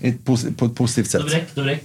I ett posi- På ett positivt sätt. Dubbdäck, dubbdäck.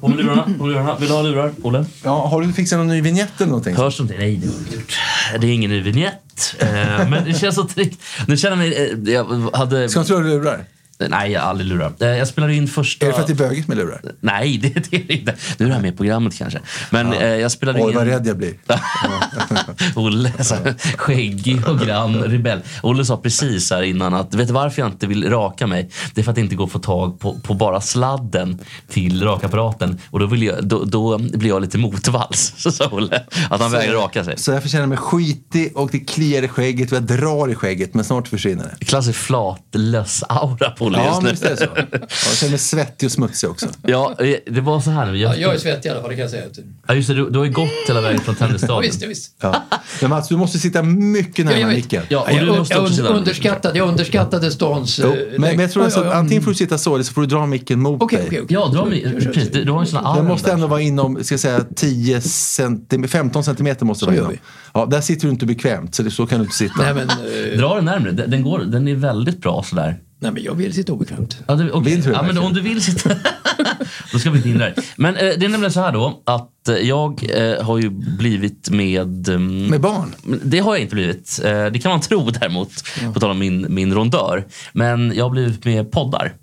Om lurarna, om lurarna. Vill du ha lurar, Olle? Ja, har du fixat någon ny vignett eller någonting? Hörs inte? Nej, det har vi inte gjort. Det är ingen ny vignett. Eh, Men det känns så tryggt. Nu känner jag mig... eh, Jag hade... Ska man tro att du lurar? Nej, jag har aldrig lurat. Eh, Jag spelade in första... Är det för att det är bögigt med lurar? Nej, det, det är det inte. Nu är det här med i programmet kanske. Men eh, jag spelade Oj, in... vad rädd jag blir. Olle, så här, skäggig och grann rebell. Olle sa precis här innan att, vet du varför jag inte vill raka mig? Det är för att det inte går att få tag på, på bara sladden till rakapparaten. Och då, vill jag, då, då blir jag lite motvalls, så sa Olle. Att han vägrar raka sig. Så därför känner jag mig skitig och det kliar i skägget och jag drar i skägget men snart försvinner det. Klassisk flatlös-aura på Olle Ja, men just visst är nu. det så. Ja, Jag känner mig svettig och smutsig också. Ja, eh, det var så här nu. Ja, Jag, jag är svettig i alla fall, det kan jag säga. ja, just det, du, du har ju gått hela vägen från Ja, Tennisstadion. visst, ja, visst. Ja. Men Mats, du måste sitta mycket Ja, jag närmare vet. micken. Ja, och Jag, du jag, måste också sitta jag underskattade, jag underskattade stans... Jo, eh, men, men jag tror Oj, alltså, oj, att oj. antingen får du sitta så eller så får du dra micken mot mm. Okej, dig. okej, okej. Ja, dra mig, precis. Du, du har en sån här Den arm måste där. ändå vara inom, ska jag säga, 10 centimeter, 15 centimeter måste det vara gör inom. Ja, där sitter du inte bekvämt, så, det, så kan du inte sitta. Nej, men, eh, Dra den närmre. Den, den, går, den är väldigt bra sådär. nej, men jag vill sitta obekvämt. Ja, det, okay. Vill du det ja, men verkligen? om du vill sitta... då ska vi inte hindra dig. Men eh, det är nämligen så här då att eh, jag eh, har ju blivit med... ehm, Med barn? det har jag inte blivit. Eh, det kan man tro däremot, på tal om min, min rondör. Men jag har blivit med poddar.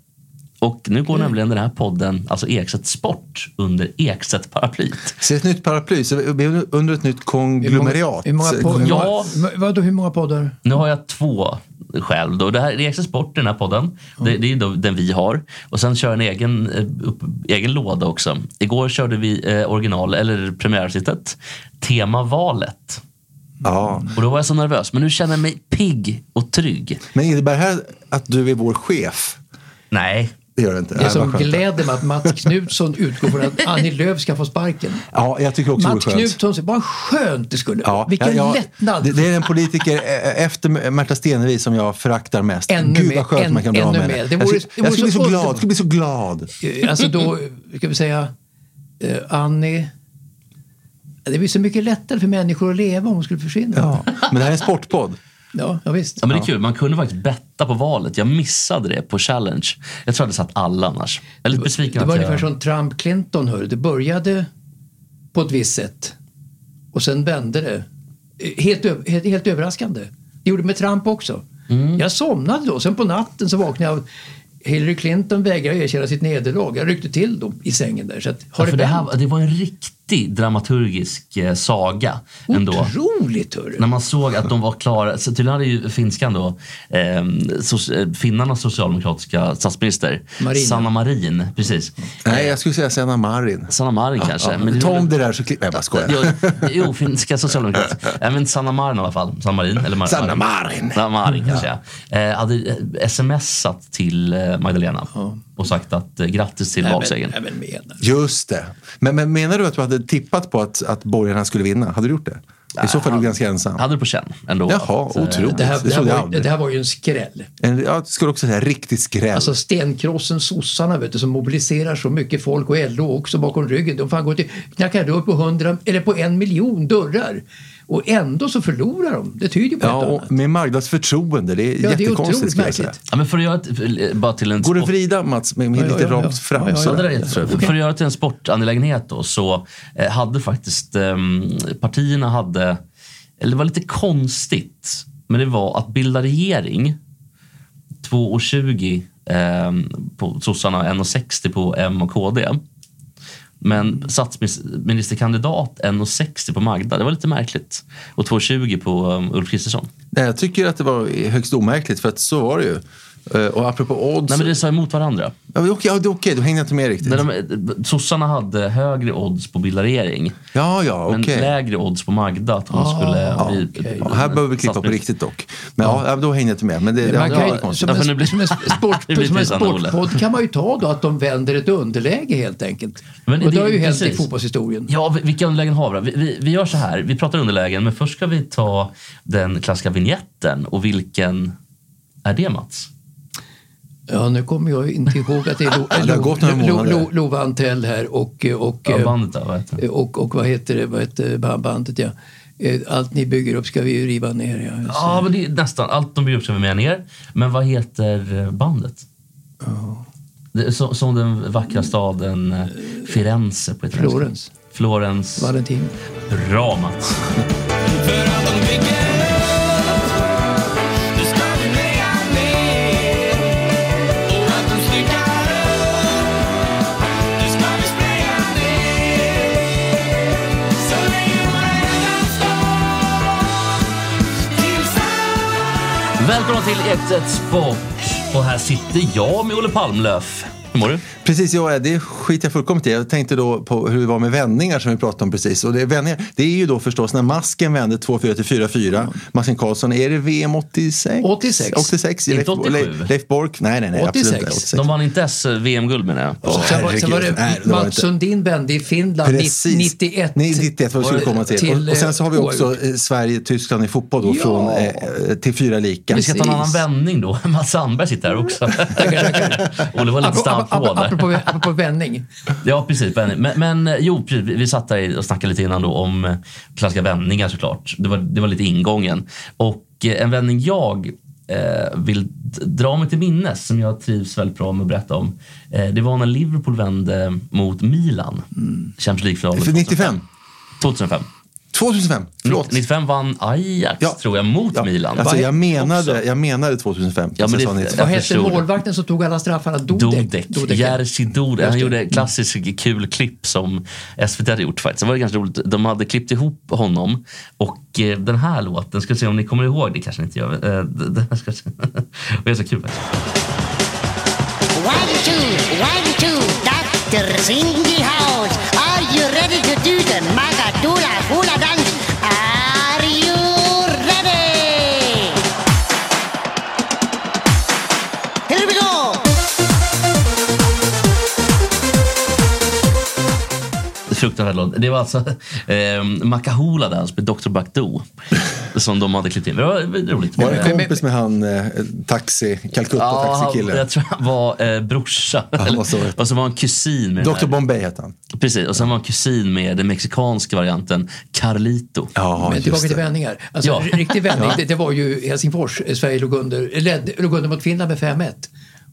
Och nu går nämligen den här podden, alltså Ekstedt Sport, under Ekstedt-paraplyt. Så ett nytt paraply, så vi är under ett nytt konglomeriat. Hur många, hur många Så- Ja. poddar? Vadå, hur många poddar? Nu har jag två själv. Då. Det här det är Ekstedt Sport, den här podden. Mm. Det, det är då den vi har. Och sen kör jag en egen, eh, upp, egen låda också. Igår körde vi eh, original, eller premiäravsnittet, tema valet. Ja. Och då var jag så nervös, men nu känner jag mig pigg och trygg. Men innebär det här att du är vår chef? Nej, Det gör det inte. Det Nej, vad som skönt. gläder mig att Mats Knutsson utgår från att Annie Lööf ska få sparken. Ja, jag tycker också Mats det är skönt. Knutsson, säger, vad skönt det skulle vara. Ja, Vilken ja, ja. lättnad. Det, det är en politiker eh, efter Märta Stenevi som jag föraktar mest. Ännu Gud mer, vad skönt än- man kan bli av ännu med mer. henne. Det Jag skulle- vore- det Jag vore skulle bli så så glad. underbart. Jag skulle bli så glad. Eh, Alltså då, eh, ska vi säga, eh, Annie... Det blir så mycket lättare för människor att leva om hon skulle försvinna. Ja. Men det här är en sportpodd. ja, ja visst. Ja, men det är kul. Man kunde faktiskt betta på valet. Jag missade det på Challenge. Jag tror jag hade satt alla annars. Jag är lite besviken Det var att ungefär jag... som Trump Clinton, hörru. Det började på ett visst sätt och sen vände det. Eh, Helt, ö- helt, helt överraskande. Det gjorde det med Trump också. Mm. Jag somnade då. Sen på natten så vaknade jag av Hillary Clinton vägrade erkänna sitt nederlag. Jag ryckte till då i sängen där. Så att, har Ja, för det det, vänt? här, det var en riktig dramaturgisk eh, saga ändå. Otroligt hörru! När man såg att de var klara. Så tydligen hade ju finskan då, eh, so, eh, finnarnas socialdemokratiska statsminister, Marin. Sanna Marin, precis. Nej, jag skulle säga Senna Marin. Sanna Marin kanske. Ja, men det ta gjorde- om det där så klipper jag. bara skojar. Jo, jo, finska socialdemokrater. Nej, men Sanna Marin i alla fall. Sanna Marin. Eller Mar- Sanna Marin. Sanna Marin kanske ja. eh, Hade eh, smsat till eh, Magdalena och sagt att eh, grattis till Nej, men- valsegern. nej, men menar. Just det. Men, men menar du att du hade tippat på att, att borgarna skulle vinna? Hade du gjort det? I så fall är du ganska ensam. Hade det på känn ändå. Jaha, eh, otroligt. Det här, Det det, trodde här jag var, ju- aldrig. det här var ju en skräll. En, ja, jag skulle också säga riktigt skräll. Alltså stenkrossen, sossarna vet du, som mobiliserar så mycket folk och LO också bakom ryggen. De fan går till, knackar dörr på, 100, eller på en miljon dörrar och ändå så förlorar de. Det tyder ju på ja, något annat. och med Magdas förtroende. Det är Ja, det är jättekonstigt. otroligt skulle jag säga. märkligt. Ja, men för att göra ett, eh, bara till en Går det att sport- vrida Mats med, med Ja, ja, lite ja, ja. rakt fram? Ja, ja, ja. Ja, sådär? det där är jättebra. För att göra det till en sportangelägenhet då, så eh, hade faktiskt eh, partierna hade, eller det var lite konstigt, men det var att bilda regering 2,20 eh, på sossarna 1,60 på M och KD. Men statsministerkandidat 1,60 på Magda. Det var lite märkligt. Och 2,20 på um, Ulf Kristersson. Nej, jag tycker att det var högst omärkligt för att så var det ju. Eh, Och apropå odds. Nej, men det sa emot varandra. Ja, men okej, ja, det är okej, då hängde jag inte med riktigt. När de, eh, sossarna hade högre odds på att bilda regering, Ja, ja, men okej. lägre odds på Magda att hon skulle bli... okej. Ja, här behöver vi klippa på statsminister. riktigt dock. Men ja, ja, då hängde jag inte med. Men det, det, Man det kan var ju, konstigt. som Ja, för nu en, blir- som en sport, Det blir som en trist, Anna Olle. sportpodd kan man ju ta då att de vänder ett underläge helt enkelt. Men och det- det har ju hänt i precis. fotbollshistorien. Ja, vi- vilka underlägen har vi, då? vi? Vi, vi gör så här, vi pratar underlägen, men först ska vi ta den klassiska vignetten. Och vilken är det, Mats? Ja, nu kommer jag inte ihåg att det är Lo, Ja, det har gått några Lo, Lo, månader. Lo, Lova Antell här och, och, Ja, bandet där, vad heter det? Eh, och, och vad heter det, vad heter ba- bandet ja. Eh, Allt ni bygger upp ska vi ju riva ner. Ja. just det. Ja, men det är nästan. Allt de bjuder upp sig med ner. Men vad heter eh, bandet? Det är så, som den vackra staden eh, Firenze på italienska. Florens. Florens. Valentin. Bra, Mats. För att de bygger det större mig jag med Och att de styckar upp det ska vi spraya ner Så länge våra står tills alla Välkomna till 1 Sport. Och här sitter jag med Olle Palmlöf. Hur mår du? Precis, ja, det skiter jag fullkomligt i. Jag tänkte då på hur det var med vändningar som vi pratade om precis. Och det, är vändningar, det är ju då förstås när masken vände 2-4 till 4-4. Mm. Masken Karlsson, är det VM 86? 86. 86. Inte Leif, 87. Leif, Leif Bork? Nej, nej, nej. Absolut inte. 86. 86. De vann inte ens eh, VM-guld menar jag. Åh, Sen var, sen var herregud. Nej, det det var Mats inte- Sundin vände i Finland Precis. 91. Nej, 91 vad vi skulle komma till. och, och sen så har vi eh, också eh, Sverige-Tyskland i fotboll då, Ja. från, eh, eh, till fyra lika. Vi ska ta en annan Precis. vändning då. Mats Sandberg sitter här också. Olle var lite Apropå, snabb apropå, på där. apropå, apropå vändning. Ja, precis. Benny. Men, men eh, jo, precis, vi vi satt där och snackade lite innan då om eh, klassiska vändningar såklart. Det var, det var lite ingången. Och eh, en vändning jag eh, vill d- dra mig till minnes, som jag trivs väldigt bra med att berätta om. Eh, det var när Liverpool vände mot Milan. Champions League-finalen. För 95? 2005. 2005? Förlåt. 95 vann Ajax, Ja. tror jag, mot Ja, Milan. Alltså, jag, Också. menade, jag menade 2005. Ja, men det- jag sa 95. Vad Jag hette förstod. målvakten som tog alla straffarna? Dodek. Dodek, Dodek, ja. Jerzy Dodek. Just Han det. Mm. gjorde klassiskt kul klipp som SVT hade gjort faktiskt. Det var det ganska roligt. De hade klippt ihop honom och eh, den här låten, ska se om ni kommer ihåg det, kanske ni inte gör. Eh, d- Den här ska se. Det är så kul faktiskt. One, two, one, two, doctors in the house. Are you ready to do the Magadula hula dance? Are you ready? Here we go. Fruktansvärt låt. Det var alltså eh, Makahula Dance alltså, med Dr. Bakdo som de hade klippt in. Det var roligt. Var det Eh, en kompis med han eh, taxi, Ja, Calcutta-taxikillen? jag tror han var eh, brorsa. han måste ha Eller, varit. och så var han kusin med den Dr här. Bombay heter han. Precis, och sen var han kusin med den mexikanska varianten Carlito. Ja, Men tillbaka till det. vändningar. Alltså, Ja. r- Riktig vändning, det, det var ju Helsingfors. Eh, Sverige låg under, led, låg under mot Finland med 5-1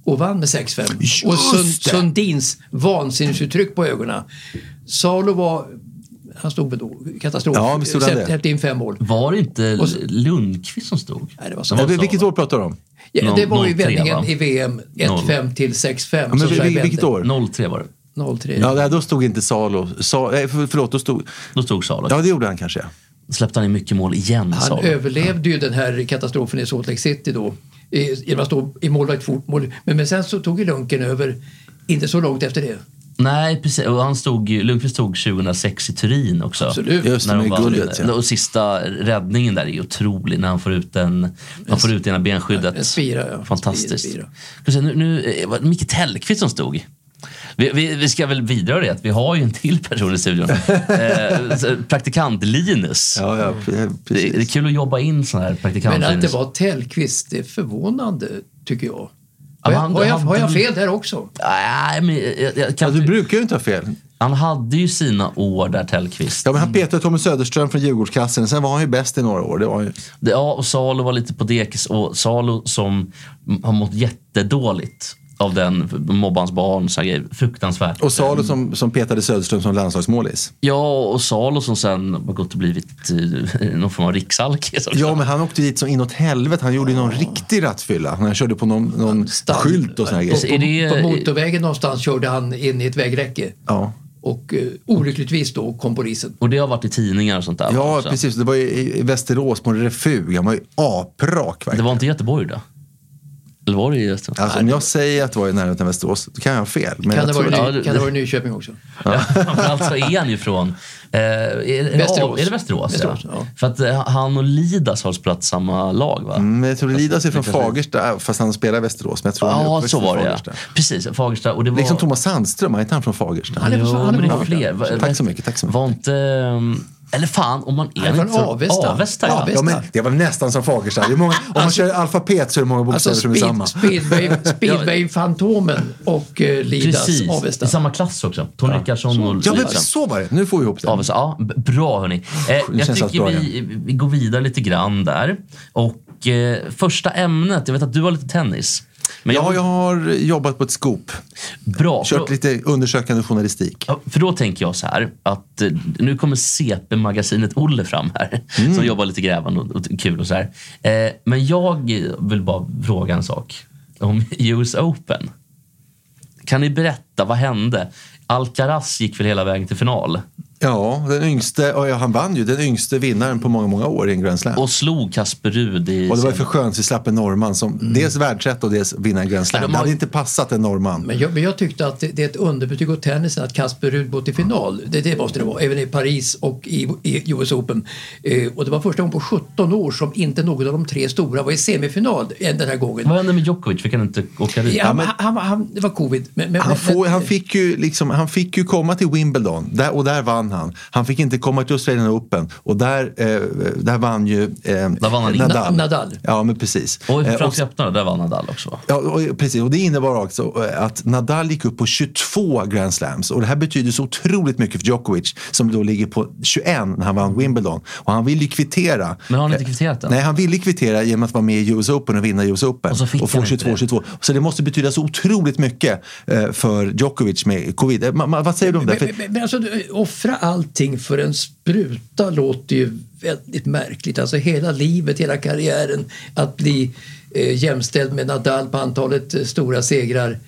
och vann med 6-5. Och Sund, det! Sundins vansinnisuttryck på ögonen. Salo var... Han stod väl då katastrof. Ja, visst stod han det. Släppte in fem mål. Var det inte Och så- Lundqvist som stod? Nej, det var så. Ja, vil- vilket år pratar du om? Ja, det var Noll- noll ju tre, vändningen va? i VM 1-5 till 6-5. Ja, men, som Sverige vil- vil- vilket vände. år? 03 var det. 0-3. Ja, där, då stod inte Salo. Sa, nej, för, förlåt, då stod... Då stod Salo. Ja, det gjorde han kanske. Släppte han in mycket mål igen, Han Salo. överlevde ju den här katastrofen i Salt Lake City då i- genom att stå i målvakt fotboll. Men, men sen så tog ju Lunken över, inte så långt efter det. Nej, precis. Och han stod, ju- Lundqvist stod 2006 i Turin också. Absolut. Just det, När de med vann. guldet. Ja. Och sista räddningen där är ju otrolig när han får ut, en, han får ut ena benskyddet. En spira, ja. Fantastiskt. Spira, spira. Ska se, Nu, nu eh, var det Micke Tellqvist som stod. Vi, vi, vi ska väl vidröra det att vi har ju en till person i studion. eh, så, praktikant Linus. Ja, ja, pre- Det, det är precis. kul att jobba in sån här praktikant Men att det Linus. var Tellqvist, det är förvånande tycker jag. Ja, Har men jag, han- har jag, han- har jag fel där också? Nej, men jag, jag Ja, kan du inte- brukar ju inte ha fel. Han hade ju sina år där, Tellqvist. Ja, men han petade Tommy Söderström från Djurgårdsklassen. Sen var han ju bäst i några år. Det var han ju. Det- Ja, och Salo var lite på dekis. Och Salo som har mått jättedåligt av den mobbans barn. Så här, grejer. fruktansvärt. Och Salo som, som petade Söderström som landslagsmålis. Ja, och Salo som sen har gått och blivit eh, någon form av riksalkis. också. Ja, men han åkte dit som inåt helvete. Han gjorde ju någon riktig rattfylla. Han körde på någon, någon Stall- skylt och såna här på, grejer. Är det- eh, på, på motorvägen någonstans körde han in i ett vägräcke Ja. och eh, olyckligtvis då kom polisen. Och det har varit i tidningar och sånt där. Ja, också. precis. Det var ju i i Västerås på en refug. Han var ju aprak Det verkligen. var inte Göteborg då? Eller var det i Östersund? Alltså, om jag säger att det var i närheten av Västerås, då kan jag ha fel. Men Kan jag det tror vara det. Ja, Ny- det- kan det vara Nyköping också? Ja. Framförallt så är han ju från... Eh, är, är, Västerås. Västerås. är det Västerås? Västerås, ja. ja. För att eh, han och Lidas har spelat samma lag va? Mm, Men jag tror Lidas är från Fagersta, äh, fast han spelar i Västerås. Men jag tror han är Ja, uppväxt så i var det Fagersta. ja. Precis, Fagersta. Och det var... Liksom Thomas Sandström, är inte han från Fagersta? Han är- Jo, han men det från var Fagersta. fler. Va- Tack så mycket, tack så mycket. Var inte... ehm, Eller fan, om man är... är från inte- Avesta. Avesta, ja. Avesta. Ja, men det var nästan som Fagersta. Det är många, om man kör alfabet så är det många bokstäver Alltså som är samma. speed, speedway, speedway Fantomen och eh, Lidas Precis, Avesta. i samma klass också. Tony Rickardsson och Ja, men Lidas. så var det. Nu får vi ihop det. Avesta. Ja, b- bra hörni. Eh, jag känns allt tycker bra vi, vi går vidare lite grann där. Och eh, första ämnet, jag vet att du har lite tennis. Men Ja, jag har jobbat på ett scoop. Bra. för då- Kört lite undersökande journalistik. Ja, för då tänker jag så här att eh, nu kommer CP-magasinet Olle fram här Mm. som jobbar lite grävande och, och kul och så här. Eh, men jag vill bara fråga en sak om US Open. Kan ni berätta, vad hände? Alcaraz gick väl hela vägen till final Ja, den yngste, och ja, han vann ju. Den yngste vinnaren på många, många år i en Grand Slam. och slog Kasper Rud i... Och det var ju för skönt så vi slapp en norrman som dels världsetta och dels vinna en Grand Slam. Mm. Ja, de Det har- hade inte passat en norrman. Men jag, men jag tyckte att det, det är ett underbetyg åt tennisen att Kasper Rud går till final. Det, det måste det vara, även i Paris och i, i US Open. Eh, och det var första gången på 17 år som inte någon av de tre stora var i semifinal än den här gången. Vad hände med Djokovic? Fick han inte åka dit? Ja, men... han, han, han, det var covid. Men, men, Han, får, men, han, fick ju liksom, han fick ju komma till Wimbledon där, och där vann han. Han fick inte komma till Australian Open och där, eh, där vann ju eh, vann han inte. Nadal. Nadal. Ja, men precis. Och Eh, i och, Franska öppnare, där vann Nadal också va? ja, och, precis. och det innebar också eh, att Nadal gick upp på 22 Grand Slams och det här betyder så otroligt mycket för Djokovic som då ligger på 21 när han vann Wimbledon. Och han vill ju kvittera. Men har han inte kvitterat den? Eh, Nej, han ville kvittera genom att vara med i US Open och vinna US Open. Och så fick få han inte 22, 22. Så det måste betyda så otroligt mycket eh, för Djokovic med covid. Eh, ma- ma- vad säger du om det? men, För, men, men, men alltså, du- offra allting för en spruta låter ju väldigt märkligt. Alltså hela livet, hela karriären, att bli eh, jämställd med Nadal på antalet eh, stora segrar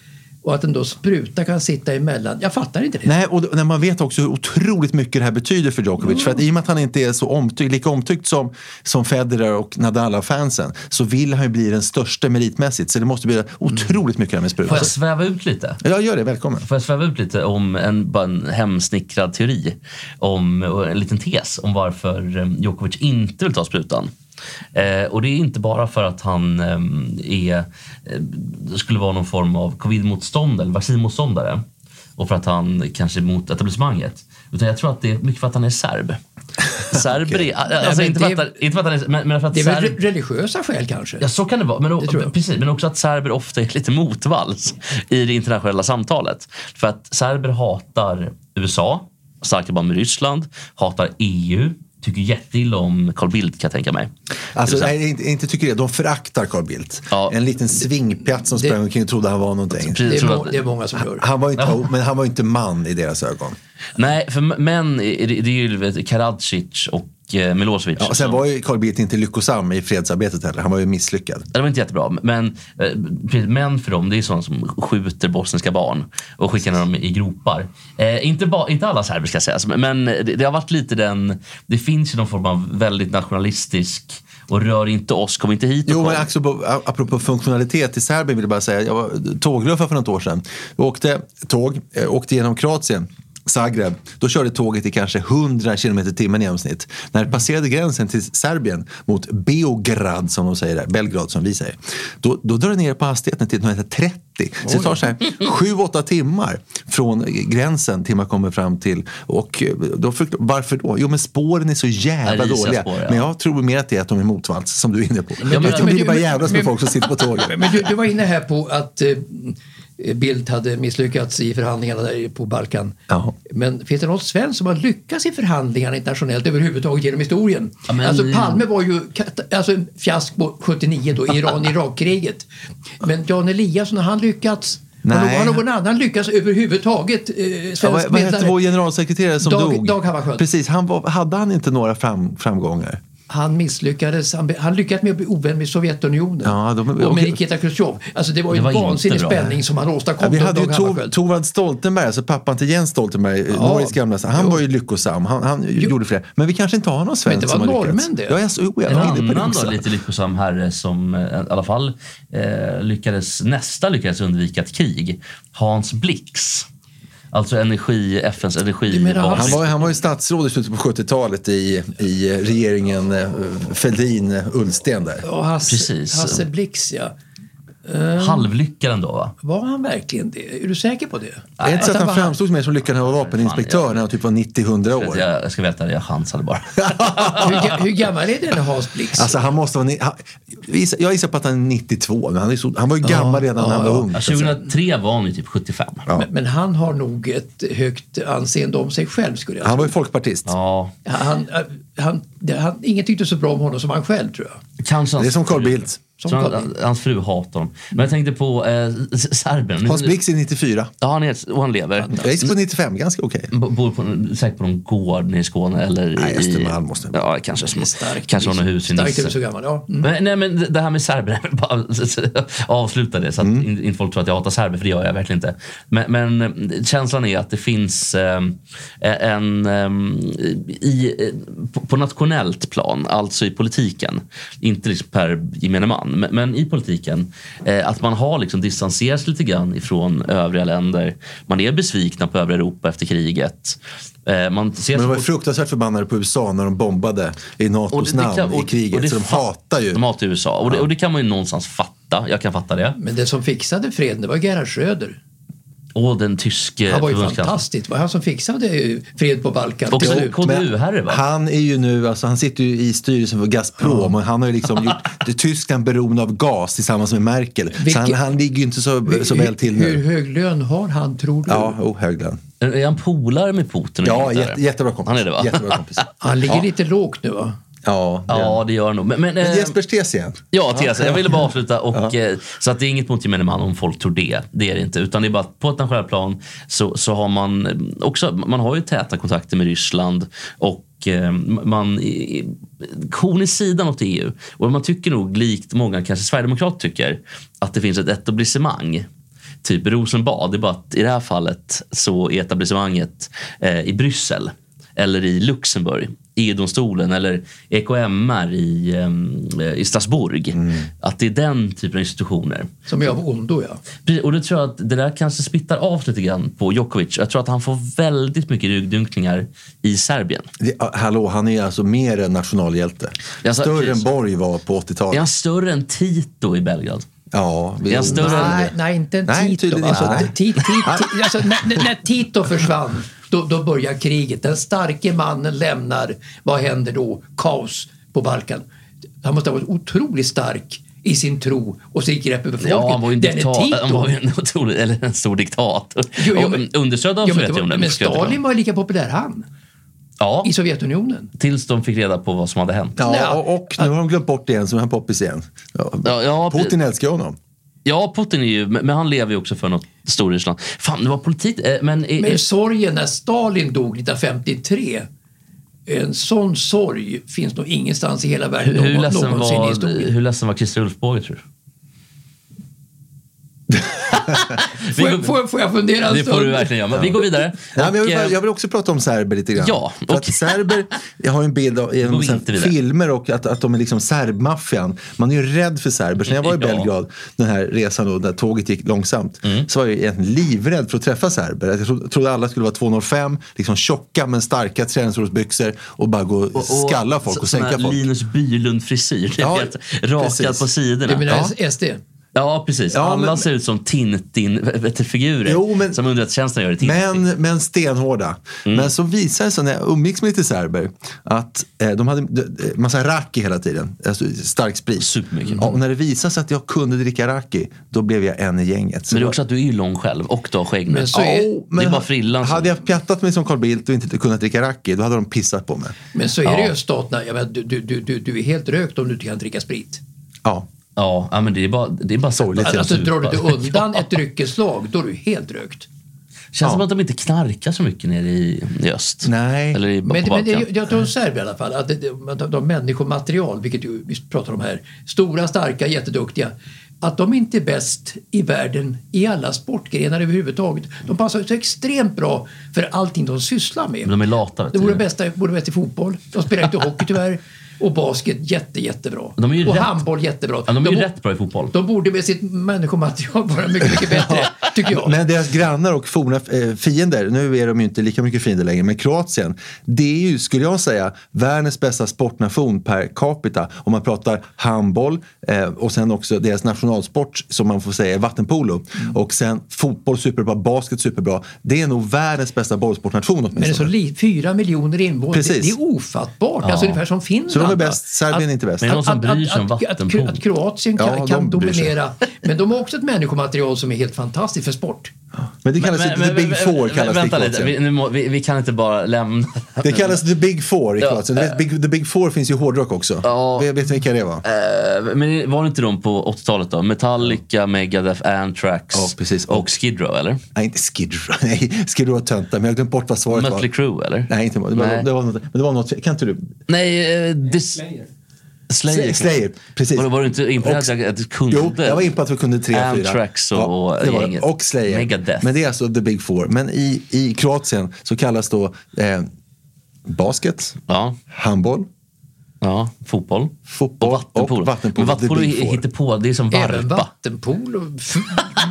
och att en då spruta kan sitta emellan. Jag fattar inte det. nej, och d- när man vet också hur otroligt mycket det här betyder för Djokovic. För att i och med att han inte är så omtyckt, lika omtyckt som, som Federer och Nadal av fansen så vill han ju bli den största meritmässigt. Så det måste betyda otroligt mycket det här med Får sprutor. jag sväva ut lite? Ja, gör det. Välkommen. Får jag sväva ut lite om en, bara en hemsnickrad teori? Om, och en liten tes om varför eh, Djokovic inte vill ta sprutan. Eh, och det är inte bara för att han eh, är, eh, det skulle vara någon form av covid-motståndare, eller vaccinmotståndare. Och för att han kanske är emot etablissemanget. Utan jag tror att det är mycket för att han är serb. Serber är, alltså men inte, för det- att, han- inte för att han är, men, men för att Det är väl serb- re- religiösa skäl kanske? Ja, så kan det vara. Men, o- tror jag. precis, men också att serber ofta är lite motvalls i det internationella samtalet. För att serber hatar USA, starkt i band med Ryssland, hatar EU, tycker jätteilla om Carl Bildt kan jag tänka mig. Alltså, Det är så här- nej, inte, inte tycker det. De föraktar Carl Bildt. Ja. En liten svingpjatt som sprang omkring och trodde han var någonting. det, Precis, är tror må- att- det är många som gör. Han var ju inte, men han var ju inte man i deras ögon. Nej, för m- män, är- det det är ju vet, Karadzic och eh, Milosevic. Ja, och sen som- var ju Carl Bildt inte lyckosam i fredsarbetet heller. Han var ju misslyckad. Det var inte jättebra, men eh, precis, män för dem det är sådana som skjuter bosniska barn och skickar ner dem i gropar. Eh, inte, ba, inte alla serber ska sägas, men- men det, det har varit lite den... Det finns ju någon form av väldigt nationalistisk och rör inte oss, kom inte hit och Jo, kom. men apropå, apropå funktionalitet i Serbien vill jag bara säga. Jag var tågluffare för något år sedan. Jag åkte tåg, eh, åkte genom Kroatien. Zagreb, då körde tåget i kanske 100 km i timmen i genomsnitt. När det passerade gränsen till Serbien mot Beograd som de säger där, Belgrad som vi säger, då, då drar det ner på hastigheten till 130. Så det tar så här 7-8 timmar från gränsen till man kommer fram till. Och eh, då förklar, varför då? Jo men spåren är så jävla Ja, risiga dåliga. spår, ja. Men jag tror mer att det är att de är motvalls som du är inne på. Ja, men- Jag tror men- det är bara men- jävlas med folk som sitter på tåget. Men du, du var inne här på att eh, Bildt hade misslyckats i förhandlingarna där på Balkan. Ja. Men finns det någon svensk som har lyckats i förhandlingarna internationellt överhuvudtaget genom historien? Ja, men- Alltså Palme var ju kat- alltså, en fiasko 79 då, Iran-Irak-kriget. Men Jan Eliasson, har han lyckats? Har Nej. någon- Har någon annan lyckats överhuvudtaget? Eh, svensk Ja, vad, vad hette medlare? vår generalsekreterare som Dag- dog? Dag Hammarskjöld. Precis, han var, hade han inte några fram, framgångar? han misslyckades. Han, han lyckades med att bli ovän med Sovjetunionen Ja, de- och med okej. Nikita Chrusjtjov. Alltså det var ju Det var en inte vansinnig bra. spänning som han Ja, åstadkom. vi då, hade ju Dag Tor, Hammarskjöld. Torvald Stoltenberg, alltså pappan till Jens Stoltenberg, Ja. ja. Norges gamla. son. Han var ju lyckosam. Han, han gjorde flera. Men vi kanske inte har någon svensk det som var har lyckats. norrmän det. Ja, jag, jo, jag En var inne på det annan också. då, lite lyckosam herre som eh, i alla fall eh, lyckades, nästa lyckades undvika ett krig. Hans Blix. Alltså energi, FNs energi... Du menar han- Han var, han var ju statsråd i slutet på 70-talet i, i regeringen eh, Fälldin eh, Ullsten där. Och Hasse, Precis. Hasse Blix, ja. halvlyckad ändå va? Var han verkligen det? Är du säker på det? Alltså, Det är inte så att han framstod som en som lyckades vara Fan, vapeninspektör när han typ var 90-100 Jag, år. jag ska veta det, jag chansade bara. Hur, ga- hur gammal är den Hans Blix? Alltså han måste vara... ni- Han, jag gissar- jag gissar på att han är 92, men han, är så, han var ju gammal redan när han var ung. Ja, Alltså, 2003 var han ju typ 75. Ja. men, men han har nog ett högt anseende om sig själv skulle jag säga. Han var ju folkpartist. Han, eh, han, det- han, ingen tyckte så bra om honom som han själv tror jag. kanske hans Det är som Carl fru. Bildt. Som Som han, Carl han- hans fru hatar honom. Men jag tänkte på eh, s- serben. Hans Blix är 94. Ja, han är, och han lever. Jag gissar på Mm. 95, ganska okej. B- Bor på, säkert på någon gård nere i Skåne eller i... Nej, Östermalm måste det vara. Ja, kanske. Som, kanske har något hus i Starkt är du Nisse. så gammal, ja. Mm. Men, nej, men det- det här med serber, jag vill bara avsluta det så att in- inte folk tror att jag hatar serber, för det gör jag verkligen inte. Men, men eh, känslan är att det finns ehm, eh, en... ehm, i, eh, på, på nationellt plan, alltså i politiken, inte liksom per gemene man, men, men i politiken, eh, att man har liksom distanserats lite grann ifrån övriga länder. Man är besvikna på övriga Europa efter kriget. Eh, man ser Men de var ju fruktansvärt förbannade på USA när de bombade i NATOs det- det- namn i och- och kriget. det Så de fa- hatar ju. De hatar USA och det, och det kan man ju någonstans fatta. Jag kan fatta det. Men den som fixade freden, det var Gerhard Schröder. Och den tyske Han var ju förbundskanslern. fantastisk. Det var han som fixade eh, fred på Balkan Och till så- slut. och- Men KDU-herre, va? Han är ju nu, alltså han sitter ju i styrelsen för Gazprom och han har ju liksom gjort det Tyskland beroende av gas tillsammans med Merkel. så han, Vilket- han ligger ju inte så, så Hur- väl till Hur nu. hög lön har han tror du? Ja, oh, Högland. Är han polare med Putin? Ja, Eller? jätte, jättebra kompis. Han är det va? Jättebra kompis. Han ligger lite lågt nu va? Ja, det är han. Ja, det gör han nog. Men, men, eh, Men Jespers tes igen. Ja, Therese, jag ville bara avsluta. Och, eh, Så att det är inget mot gemene man om folk tror det. Det är det inte. Utan det är bara att på ett nationellt plan så, så har man eh, också, man har ju täta kontakter med Ryssland och eh, man i- i- kon i sidan åt EU. Och man tycker nog, likt många kanske sverigedemokrater tycker, att det finns ett etablissemang. Typ Rosenbad. Det är bara att i det här fallet så är etablissemanget eh, i Bryssel eller i Luxemburg, EU-domstolen eller EKMR i, eh, i Strasbourg. Mm. Att det är den typen av institutioner. Som är av ondo ja. Precis, Och det tror jag att det där kanske smittar av lite grann på Djokovic. Jag tror att han får väldigt mycket ryggdunkningar i Serbien. Det, ah, hallå, han är alltså mer än nationalhjälte. Jag sa- Större än precis. Borg var på Är 80-talet. han större än Tito i Belgrad? Ja, vi- Är han större än- Nej, nej, inte en Nej, Tito. tydligen Alltså, inte. Nej. ti, ti, ti, alltså, när, när- när Tito försvann, då, då börjar kriget. Den starke mannen lämnar. Vad händer då? Kaos på Balkan. Han måste ha varit otroligt stark i sin tro och sitt grepp över folket. Ja, han var ju en, Den är dikta- han Tito. var ju en, otrolig, eller en stor diktator. Jo, jo, Och, men- mm, Understödd av ja, men, det var, Sovjetunionen. men skulle jag tro. Stalin var ju lika populär han Ja, i Sovjetunionen. tills de fick reda på vad som hade hänt. Ja, Nej. och, och nu har de glömt bort det igen, så nu är han poppis igen. Ja. Ja, ja, Putin älskar ju honom. Ja, Putin är ju, men men han lever ju också för något Storryssland. Fan, det var politik. eh, Men, eh, eh, Men sorgen när Stalin dog 1953 en sån sorg finns nog ingenstans i hela världen hur, någon- ledsen någonsin i var, historien. hur ledsen var Christer Ulfbåge, tror du? vi Får går, jag, får, jag- får jag fundera en det får stund? du verkligen göra, men vi går vidare. Nej, alltså- men jag, vill, Och, bara- eh, jag vill också prata om serber lite grann. Ja, För och- att serber, jag har ju en bild av Går genom vi så här inte vidare? filmer och att, att de är liksom serbmaffian. Man är ju rädd för serber. Så när jag var i Ja. Mm. Belgrad, den här resan då, där tåget gick långsamt, så var jag ju egentligen livrädd för att träffa serber. Jag tro- trodde alla skulle vara 205, liksom tjocka men starka träningsbyxor och bara gå och, och- skalla folk och sån sänka här folk. Linus Bylund-frisyr. Ja, Ja, rakad precis. på sidorna. Du menar Ja. SD? ja, precis. Ja, Alla men- ser ut som Tintin-figurer. Jo, men- Som underrättelsetjänsten gör i Men, Tintin. men stenhårda. Mm. Men så visade det sig när jag umgicks med lite serber att eh, de hade de- de- massa raki hela tiden. Alltså stark sprit. Supermycket. Ja, och när det visade sig att jag kunde dricka raki, då blev jag en i gänget. Så Men det är jag- också att du är ju lång själv och du har skägg nu. Men så är- Ja, men det är bara frillan som- Hade jag pjattat mig som Carl Bildt och inte kunnat dricka raki, då hade de pissat på mig. Men så är det Ja. ju öststaterna. Jag menar, du, du, du, du, du är helt rökt om du inte kan dricka sprit. Ja. Ja, ja, men det är bara, det är bara Sorgligt, sättet att Alltså, supa. drar du dig undan ett dryckeslag, då är du helt rökt. Känns Ja. som att de inte knarkar så mycket nere i, i öst. Nej. Eller i, Men, på men det, Balkan. jag, jag tror serb i alla fall, att det, det, de, de människomaterial, vilket ju vi pratar om här, stora, starka, jätteduktiga, att de inte är bäst i världen i alla sportgrenar överhuvudtaget. De passar så extremt bra för allting de sysslar med. Men de är lata. Vet Det du. vore bästa, vore bäst i fotboll. De spelar inte hockey tyvärr. Och basket jätte, jättebra. De är ju och rätt- handboll jättebra. ja, de är ju bo- rätt bra i fotboll. de borde med sitt människomaterial vara mycket, mycket bättre, tycker jag. Men deras grannar och forna eh, fiender, nu är de ju inte lika mycket fiender längre, men Kroatien, det är ju, skulle jag säga, världens bästa sportnation per capita. Om man pratar handboll eh, och sen också deras nationalsport som man får säga är vattenpolo. Och sen fotboll superbra, basket superbra. Det är nog världens bästa bollsportnation åtminstone. Men det är så li- fyra miljoner invånare, det, Precis. det är ofattbart. Alltså ungefär som Finland. Så de är va? bäst, Serbien är inte bäst. Men är det någon som bryr sig om att, att, vattenpolo? att, att Kroatien kan, Ja, kan de bryr sig. dominera. Men de har också ett människomaterial som är helt fantastiskt för sport. Men det kallas inte the big four. Kallas det i Vänta lite, Kroatien. vi, nu må, vi, vi kan inte bara lämna Det kallas the big four i Ja, Kroatien. Du vet, big, the big four finns ju i hårdrock också. Ja. Vet, vet ni vilka det var? Eh, Men var det inte de på 80-talet då? Metallica, Megadeth, Anthrax Ja, precis. och Skid Row, eller? Nej, inte Skid Row. Nej, Skid Row var töntar, men jag har glömt bort vad svaret var. Mötley Crüe, eller? Nej, inte, det, var, Nej. Det, var något, men det var något. Kan inte du? Nej, eh, dis- Slayer. Slayer. Slayer. Slayer, precis. Var, var du inte imponerad att jag- att du kunde? Jo, jag var inne på att vi kunde tre, fyra. Anthrax och- och det var det. gänget. Och Slayer. Megadeth. Men det är alltså the big four. Men i, i Kroatien så kallas då eh, basket, Ja, handboll, ja, fotboll. Fotboll och vattenpolo. och vattenpolo, Men vattenpolo the big four. hittar på, det är som Även varpa. vattenpolo.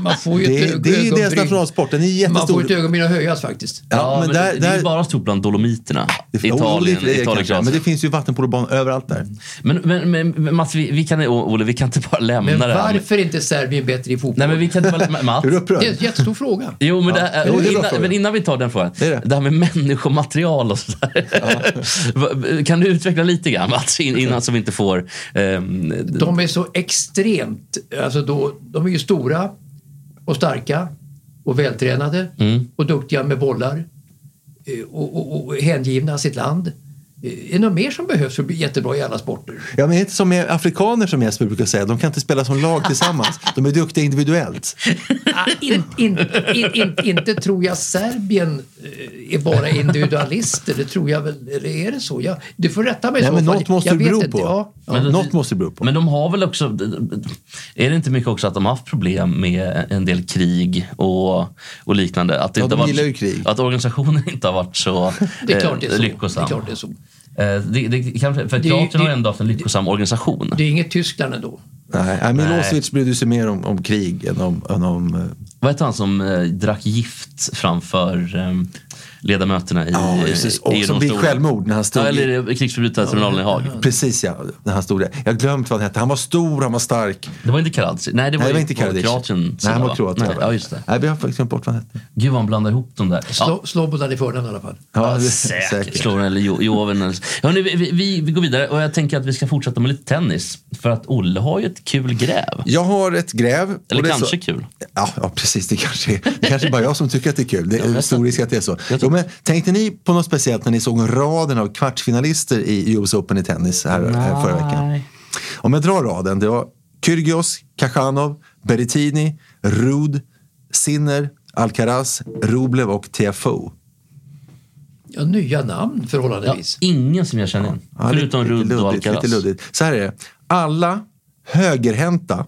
Man får ju Det- ett det är ju ögonbryn- deras nationalsport, den är jättestor. Man får ju ett ögonbryn att höjas faktiskt. Ja, Ja, men men där- det, det är där- ju bara stort bland Dolomiterna. Det- Italien, Jo, det är fler Italien, kanske, Kroatien. Men det finns ju vattenpolobanor överallt där. Men, men, men, men Mats, vi, vi kan, Olle, vi kan inte bara lämna Men det här. varför är inte Serbien bättre i fotboll? Nej, men vi kan inte bara lämna... Mats? Är du Det är en upprörd? jättestor fråga. Jo, men, det här, Jo, det är en bra innan, fråga. men innan vi tar den frågan. Det är det. här med människomaterial och sådär. Va- kan du utveckla lite grann Mats, in- innan så vi inte får... ehm, De är så extremt... Alltså då, de är ju stora och starka och vältränade Mm. och duktiga med bollar eh, och, och, och hängivna sitt land. Eh, Är det något mer som behövs för att bli jättebra i alla sporter? Ja, men det är inte som med afrikaner som Jesper brukar säga. De kan inte spela som lag tillsammans. De är duktiga individuellt. Ah, in, in, in, in, inte tror jag Serbien eh, är bara individualister. Det tror jag väl. Eller är det så? Jag, du får rätta mig i Nej, så men fall. något måste jag det vet bero inte. på. Ja, ja. Men- Något måste det bero på. Men de har väl också... Är det inte mycket också att de har haft problem med en del krig och, och liknande? Att det Ja, inte de har gillar ju krig. Att organisationen inte har varit så, Det är klart det är eh, så. Det lyckosam. är klart det är så. Eh, det, det, kanske, för Det- teatern har det- ändå haft en lyckosam organisation. Det är inget Tyskland ändå. Nej, nej, Milosevic brydde sig mer om, om krig än om... Än om eh, Vad hette han som eh, drack gift framför eh, ledamöterna i Ja, precis. Och som EU-domstolen? begick självmord när han stod ja, i- Eller i krigsförbrytartribunalen i Haag. Precis ja, när han stod där. Jag har glömt vad han hette. Han var stor, han var stark. Det var inte Karadzic. Nej, det var, Nej, det var ju- inte Karadzic. Kroatien. som Nej, han det var kroat. Nej, ja, just det. Nej, vi har faktiskt glömt bort vad han hette. Gud, vad han blandar ihop dem där. Ja, Slå, Slobodan i förnamn i alla fall. Ja, det- säkert. Slovan eller Jo- Joven. eller- Hörrni, vi, vi- vi, vi går vidare och jag tänker att vi ska fortsätta med lite tennis. För att Olle har ju ett kul gräv. Jag har ett gräv. och Eller det är kanske så- kul. Ja, ja, precis. Det kanske, är, det kanske är bara jag som tycker att det är kul. Det är jag stor tror- risk att det är så. jag Jo, tror- men, tänkte ni på något speciellt när ni såg raden av kvartsfinalister i US Open i tennis här, här Eh, förra veckan? Om jag drar raden, det var Kyrgios, Kachanov, Berrettini, Rud, Sinner, Alcaraz, Rublev och TFO. Ja, nya namn Ja, förhållandevis. ingen som jag känner igen. Ja, Förutom lite- Rudd lite och luddigt, Alcaraz. Lite luddigt. Så här är det. Alla högerhänta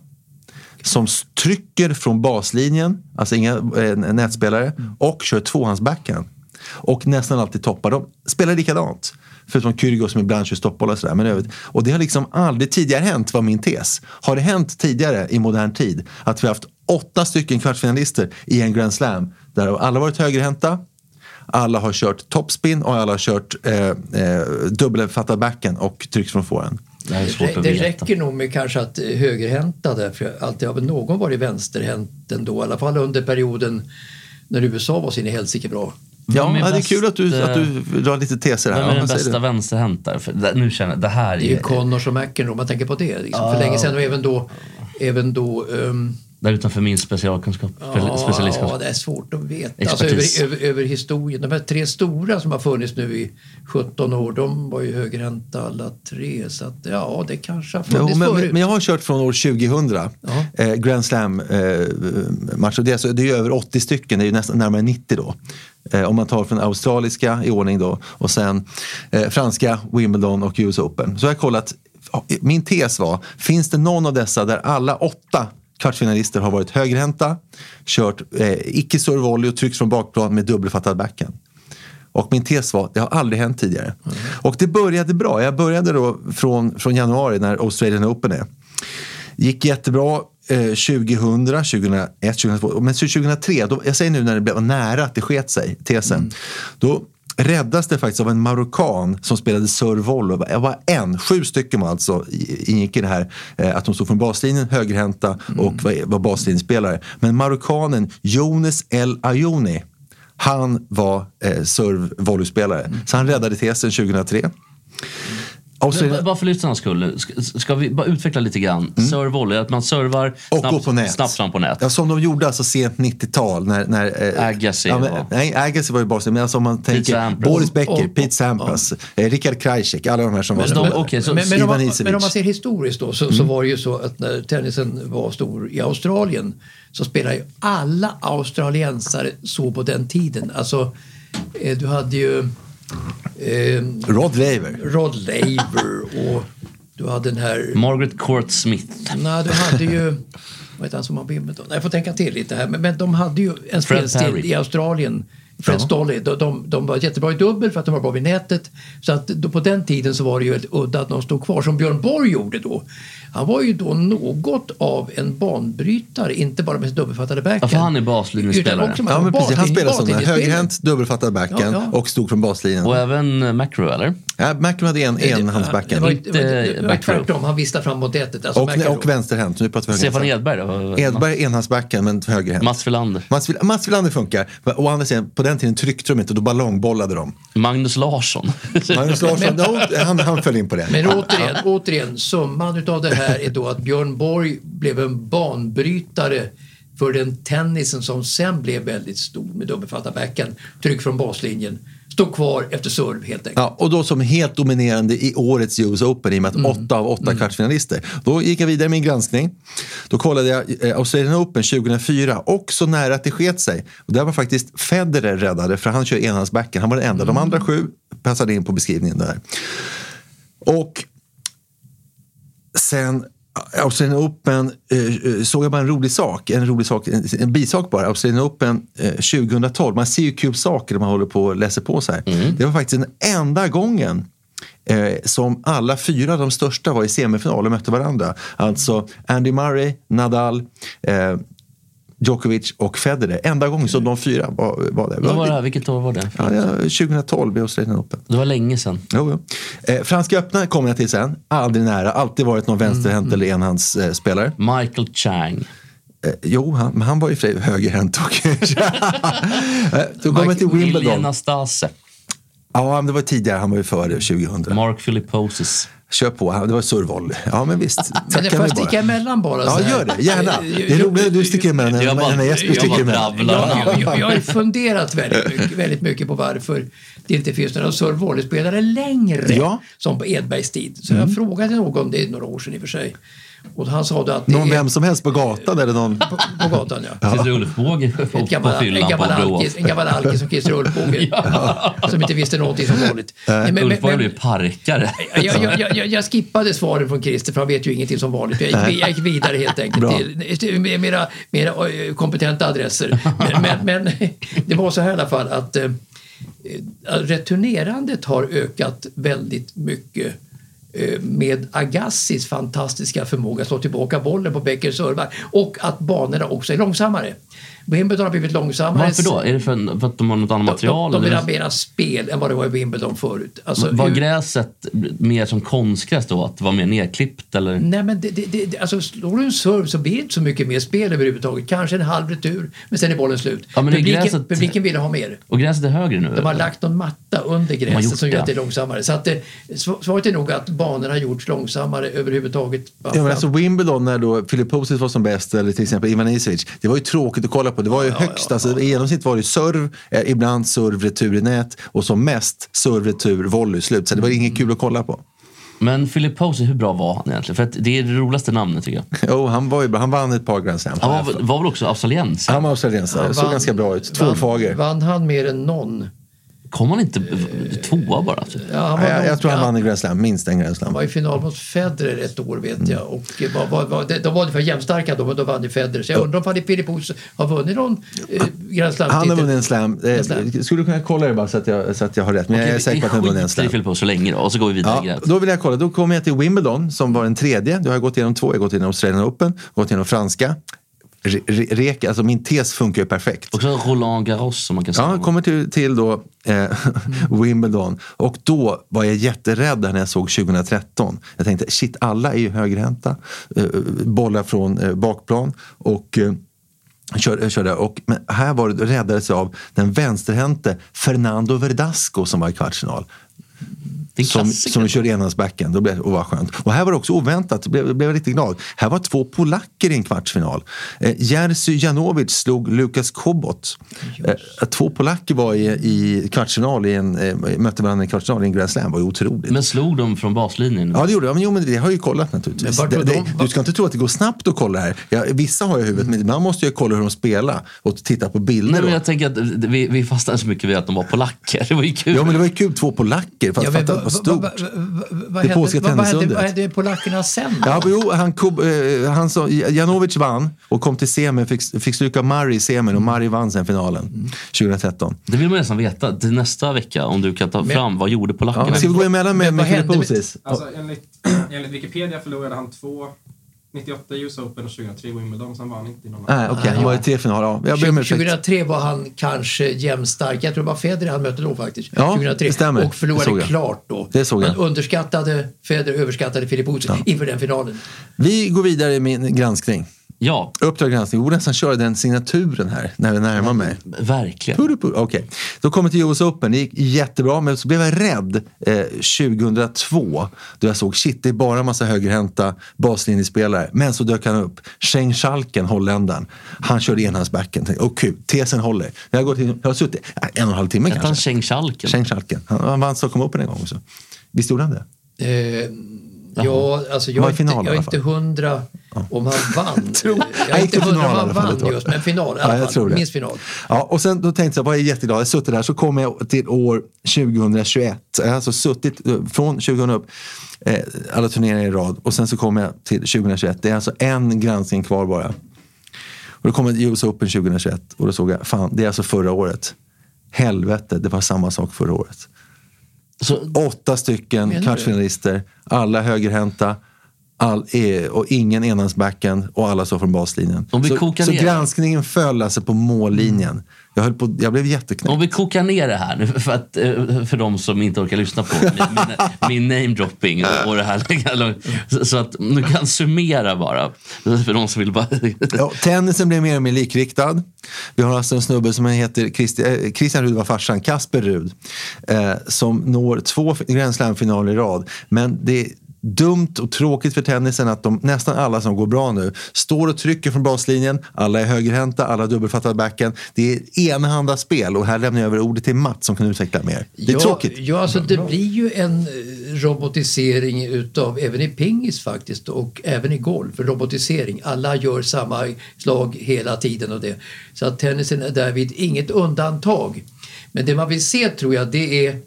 som s- trycker från baslinjen, alltså inga eh, nätspelare, och kör tvåhandsbackhand. Och nästan alltid toppar. De spelar likadant. Förutom Kyrgios som ibland kör stoppboll och sådär. Men i övrigt. Och det har liksom aldrig tidigare hänt var min tes. Har det hänt tidigare i modern tid att vi har haft åtta stycken kvartsfinalister i en Grand Slam där alla varit högerhänta, alla har kört topspin och alla har kört eh, eh, dubbelfattad backen och tryckt från forehand. Det här är svårt Det, att det veta. räcker nog med kanske att eh, högerhänta där, för alltid har väl någon varit vänsterhänt ändå, i alla fall under perioden när USA var sin i helsike bra. Ja, Vem är ja, det är bäst, kul att du, eh, att du drar lite teser här. Vem Ja, är den vad säger bästa du? vänsterhäntaren? För det, nu känner jag, det här Det är ju är... Connors och McEnroe om man tänker på det. Liksom. För länge sedan och även då, även då ehm, Där utanför min specialkunskap, Ja, specialistkunskap. det är svårt att veta. Alltså, Expertis. över, över, över historien. De här tre stora som har funnits nu i 17 år, de var ju högränta alla tre. Så att, ja, det kanske har Jo, funnits men, förut. men jag har kört från år 2000. Eh, Grand Slam-matcher. det, är alltså, det är ju över 80 stycken, det är ju nästan närmare 90 då. Eh, om man tar från australiska i ordning då och sen eh, franska, Wimbledon och US Open. Så jag har kollat, min tes var, finns det någon av dessa där alla åtta kvartsfinalister har varit högerhänta, kört eh, icke-servolley och tryckt från bakplan med dubbelfattad backhand? Och min tes var, det har aldrig hänt tidigare. Och det började bra. Jag började då från, från januari när Australian Open är. Gick jättebra eh, 2000, 2001, 2002. Men 2003, då, jag säger nu när det blev nära att det sket sig, tesen. Då räddas det faktiskt av en marockan som spelade servoll. Jag var en, sju stycken var alltså i- ingick i det här eh, att de stod från baslinjen, högerhänta och var, var baslinjespelare. Men marockanen Younes El Ayouni han var eh, serve-volleyspelare. Så han räddade tesen 2003. Men, Australien- ba- bara för lyssnarnas skull, ska, ska vi bara utveckla lite grann? Servolley, att man servar Mm. Och snabbt, gå på nät. snabbt fram på nät. Ja, som de gjorde alltså sent 90-tal. När, när, eh, Agassi ja, men, var- Nej, Agassi var ju basen. Men alltså om man tänker Sampras. Boris Becker, Och- och- Pete Sampras, eh, Richard Krajcek, alla de här som var Alltså, de- stora. okej, så- Mm. men, men, om Ivan man, Isevic. men om man ser historiskt då så, så var det ju så att när tennisen var stor i Australien så spelade ju alla australiensare så på den tiden. Alltså, eh, du hade ju eh, Rod Laver. Rod Laver och du hade den här... Margaret Court Smith. Nej, du hade ju... Vad heter han som var på gymmet då? Nej, Jag får tänka till lite här. Men, men de hade ju en spelstil Parry. i Australien. Fred Stolley. De, de, de var jättebra i dubbel för att de var bra vid nätet. Så att då, på den tiden så var det ju helt udda att de stod kvar som Björn Borg gjorde då. Han var ju då något av en banbrytare, inte bara med sin dubbelfattade Ja, backhand. för han är baslinjespelare. Utan också med Ja, men precis. Han baslin- spelade som den. baslinjespelare. Högerhänt, dubbelfattad backhand Ja, ja. och stod från baslinjen. Och även eh, Macro, eller? Ja, Macron hade en, en Det var, handsbackhand. det var, det var back row. tvärtom, han vistade fram mot nätet. Alltså Och, Macro. och vänsterhänt. Nu pratar vi Stefan högerhänt. Edberg då? Edberg enhandsbackhand men högerhänt. Mats Wilander. Mats Wil- Mats Wilander funkar. Men Å andra sidan, på den tiden tryckte de inte, då ballongbollade de. Magnus Larsson. Magnus Larsson, no, han, han föll in på det. Men återigen, återigen, summan utav det här är då att Björn Borg blev en banbrytare för den tennisen som sen blev väldigt stor med dubbelfattad backhand, tryck från baslinjen, stod kvar efter serve helt enkelt. Ja, och då som helt dominerande i årets US Open i och med att åtta av åtta kvartsfinalister. Då gick jag vidare i min granskning. Då kollade jag eh, Australian Open 2004, också nära att det sket sig. Och där var faktiskt Federer räddade, för han kör enhandsbacken. Han var den enda. De andra sju passade in på beskrivningen där. Och sen Australian Open eh, eh, såg jag bara en rolig sak, en rolig sak, en, en bisak bara. Australian Open eh, 2012, man ser ju kul saker när man håller på och läser på så här. Det var faktiskt den enda gången eh, som alla fyra, de största, var i semifinal och mötte varandra. Alltså Andy Murray, Nadal, eh, Djokovic och Federer. Enda gången som de fyra var, var där. Vad var det här? Vilket år var det? Ja, ja, 2012 i Australian Open. Det var länge sedan. Jo, jo. Eh, Franska öppna kommer jag till sen. Aldrig nära. Alltid varit någon Mm, vänsterhänt eller enhandsspelare. Eh, Michael Chang. jo, han, men han var ju för sig högerhänt. Och eh, då kommer jag till Lilian Wimbledon. Nastase. Ja, men det var tidigare. Han var ju före 2000. Mark Filipposis. Kör på. Han- Det var survolley. Ja, men visst. Men jag Tackar får mig jag sticka bara. emellan bara? så Ja, här? gör det. Gärna. Det är roligare att du sticker emellan än Jag bara- än när Jesper jag sticker bara emellan. drabblar. Jag, jag, jag har ju funderat väldigt mycket, väldigt mycket på varför det inte finns några servolleyspelare längre Ja. Mm. som på Edbergs tid. Så jag frågade någon, det är några år sedan i och för sig, och han sa då att det Någon är vem som helst på gatan eller någon... på, på gatan. Ja. Sitter Ulf Båge En på gammal, en fyllan på gammal, Brås. alkis, en gammal alkis som kissar ullbåge. Som inte visste någonting som vanligt. Nej, men- Ulf Båge men- blev parkare. jag, jag, jag- jag, jag skippade svaren från Christer för han vet ju ingenting som vanligt. Jag gick, jag gick vidare helt enkelt Bra. till, till mer- mera, mera eh, kompetenta adresser. Men, men, men det var så här i alla fall att eh, eh, returnerandet har ökat väldigt mycket eh, med Agassis fantastiska förmåga att slå tillbaka bollen på Beckers servar och att banorna också är långsammare. Wimbledon har blivit långsammare. Varför då? Är det för, för att de har något annat material? De, de eller? vill ha mera spel än vad det var i Wimbledon förut. Alltså, var hur- gräset mer som konstgräs då? Att det var mer nedklippt eller? Nej, men det, det, det, det- alltså, slår du en serve så blir det inte så mycket mer spel överhuvudtaget. Kanske en halv retur, men sen är bollen slut. Ja, men det är publiken, gräset- publiken vill ha mer. Och gräset är högre nu? De har Eh. eller? lagt någon matta under har gjort gräset som gör att det det. är långsammare. Så att, eh, sv- svaret är nog att banorna gjorts långsammare överhuvudtaget. Ja, men alltså Wimbledon när då Philip Posic var som bäst eller till exempel Ivan Isevic. Det var ju tråkigt att kolla på. Det var ju högst. Alltså, I genomsnitt var det serv, eh, ibland serv, retur i nät och som mest serv, retur, volley, slut. Så det var inget kul att kolla på. Men Philip Posey, hur bra var han egentligen? För att det är det roligaste namnet tycker jag. Jo, han, var ju, bra. han vann ett par Grand Slam. Han var, alltså. väl- var väl också australiensare? Han var australiensare, såg vann- ganska bra ut. vann- Tvålfager. Vann han mer än någon? Kom han inte tvåa Eh, bara? Typ? Ja, han var Jag, jag tror han långt- vann en Grand Slam, minst en Grand Slam. var i final mot Federer ett år vet Mm. jag. Och eh, var, var, var, de- de var ungefär jämnstarka då, men då vann ju Federer. Så jag undrar om han i Pilippos har vunnit någon eh, Grand Slam-titel. Han har vunnit en slam. Eh, En slam. Skulle du kunna kolla det bara så att jag, så att jag har rätt? Men jag är Okej, säker på att han har vunnit en Vi slam. skiter i Philip Posey så länge då, och så går vi vidare. Ja, då vill jag kolla. Då kommer jag till Wimbledon som var den tredje. Då har jag gått igenom två. Jag har gått igenom Australian Open, gått igenom franska. Re, re, rek, alltså min tes funkar ju perfekt. Och så Roland Garros som man kan säga. Ja, jag kommer till, till då eh, Wimbledon. Och då var jag jätterädd när jag såg 2013. Jag tänkte, shit, alla är ju högerhänta. Eh, bollar från eh, bakplan. Och... Eh, Kör, kör där. Och, men här var det, räddades jag av den vänsterhänte Fernando Verdasco som var i kvartsfinal. det är en Som, klassiker. som kör enhandsbacken. Då blev det, åh vad skönt. Och här var det också oväntat, blev, blev jag riktigt glad. Här var två polacker i en kvartsfinal. Eh, Jerzy Janowicz slog Lukas Kobot. Eh, två polacker var i, i kvartsfinal, i en, eh, mötte varandra i en kvartsfinal i en Grand Slam. Det var ju otroligt. Men slog de från baslinjen? Ja, det gjorde jag. Men, jo, men det har jag ju kollat naturligtvis. Men vart Mm. det, var det, de- du ska inte tro att det går snabbt att kolla här. Ja, vissa har jag i huvudet, men ibland måste jag kolla hur de spelar och titta på bilder. Nej, men då. jag tänker att vi, vi fastnade så mycket vid att de var polacker. Det var ju kul. Ja, men det var ju kul. Två polacker. Fatt, Ja, men fatta vad- vad vad- stort. vad- vad- vad- vad Det hände- polska vad- vad hände- tennisundret. Vad hände med polackerna sen? Ja, men jo, han, kom, eh, han som, Janovic vann och kom till semin, fick, fick sluka Murray i semin och Murray vann sen finalen 2013. Det vill man nästan veta till nästa vecka om du kan ta fram vad gjorde Ja, polackerna? ska vi gå emellan med, men med vad Filip hände med- Osis? Alltså, enligt, enligt Wikipedia förlorade han två 98 US Open och 2003 Wimbledon, så han vann inte i någon Ah, Nej, Ah, okej, han var i tre finaler. Ja, jag ber om ursäkt. 2003 var han kanske jämnstark. Jag tror det var Federer han mötte då faktiskt. Ja, 2003. det stämmer. Och Det såg förlorade jag. klart då. Det såg jag. Men underskattade Federer, överskattade Filip Osen inför den finalen. Vi går vidare i min granskning. Ja, Uppdrag granskning. Jag borde nästan köra den signaturen här när vi närmar mig. verkligen. Purru, purru. Okej. Då kommer till US Open. Det gick jättebra, men så blev jag rädd eh, 2002 då jag såg shit, det är bara en massa högerhänta baslinjespelare. Men så dök han upp. Shane Schalken, holländaren. Han körde enhandsbacken. Tänkte, Åh kul, tesen håller. Jag har, gått in, jag har suttit eh, en och en halv timme Hette han kanske. Cheng Schalken? Shane Schalken. Han, han vann Stockholm Open en gång också. Visst gjorde han det? Eh, ja, alltså jag, Var i är inte- final i jag är alla fall. inte hundra om han vann. jag Han är gick inte till hundra final om i han alla fall, vann det var just, det. men final i Ja, alla jag fall. tror det. Minst final. Ja, och sen då tänkte jag, vad är jätteglad, jag suttit där, så kom jag till år 2021. Jag har alltså suttit eh, från 2000 upp, eh, alla turneringar i rad. Och sen så kom jag till 2021. Det är alltså en granskning kvar bara. Och då kom jag till US Open 2021 och då såg jag, fan, det är alltså förra året. Helvete, det var samma sak förra året. Så, Åtta stycken du? kvartsfinalister, alla högerhänta. All, eh, och ingen enhandsbackhand och alla så från baslinjen. Om vi så, kokar så ner- granskningen föll alltså på mållinjen. Jag, höll på, jag blev jätteknäckt. om vi kokar ner det här nu för, att, eh, för de som inte orkar lyssna på min, min namedropping och, och det här. Så- Så att du kan summera bara. För de som vill bara... Ja, tennisen blev mer och mer likriktad. Vi har alltså en snubbe som heter Christi, eh, Christian Rud var farsan, Kasper Rud. Eh, som når två Grand Slam-finaler i rad. Men det är dumt och tråkigt för tennisen att de, nästan alla som går bra nu står och trycker från baslinjen. Alla är högerhänta, alla har dubbelfattad backen. Det är enhanda spel och här lämnar jag över ordet till Mats som kan utveckla mer. Det är ja, tråkigt. Ja, alltså det blir ju en eh, robotisering utav, även i pingis faktiskt och även i golf, robotisering. Alla gör samma slag hela tiden och det. Så att tennisen är därvid inget undantag. Men det man vill se tror jag det är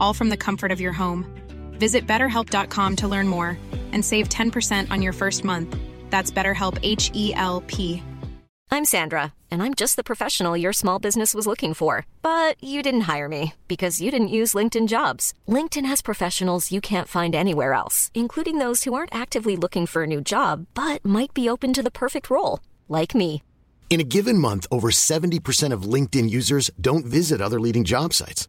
all from the comfort of your home. Visit betterhelp.com to learn more and save 10% on your first month. That's BetterHelp H E L P. I'm Sandra, and I'm just the professional your small business was looking for. But you didn't hire me because you didn't use LinkedIn jobs. LinkedIn has professionals you can't find anywhere else, including those who aren't actively looking for a new job but might be open to the perfect role, like me. In a given month, over 70% of LinkedIn users don't visit other leading job sites.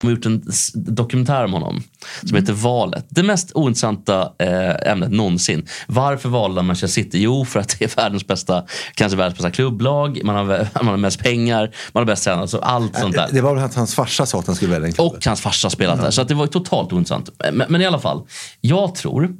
De har gjort en s- dokumentär om honom som heter Valet. Det mest ointressanta eh, ämnet någonsin. Varför valde Manchester City? Jo, för att det är världens bästa, kanske världens bästa klubblag. Man har, vä- man har mest pengar, man har bäst tränare. Alltså allt sånt där. Det var väl att hans farsa sa att han skulle välja en klubb. Och hans farsa har spelat där. Så att det var ju totalt ointressant. Men, men i alla fall, jag tror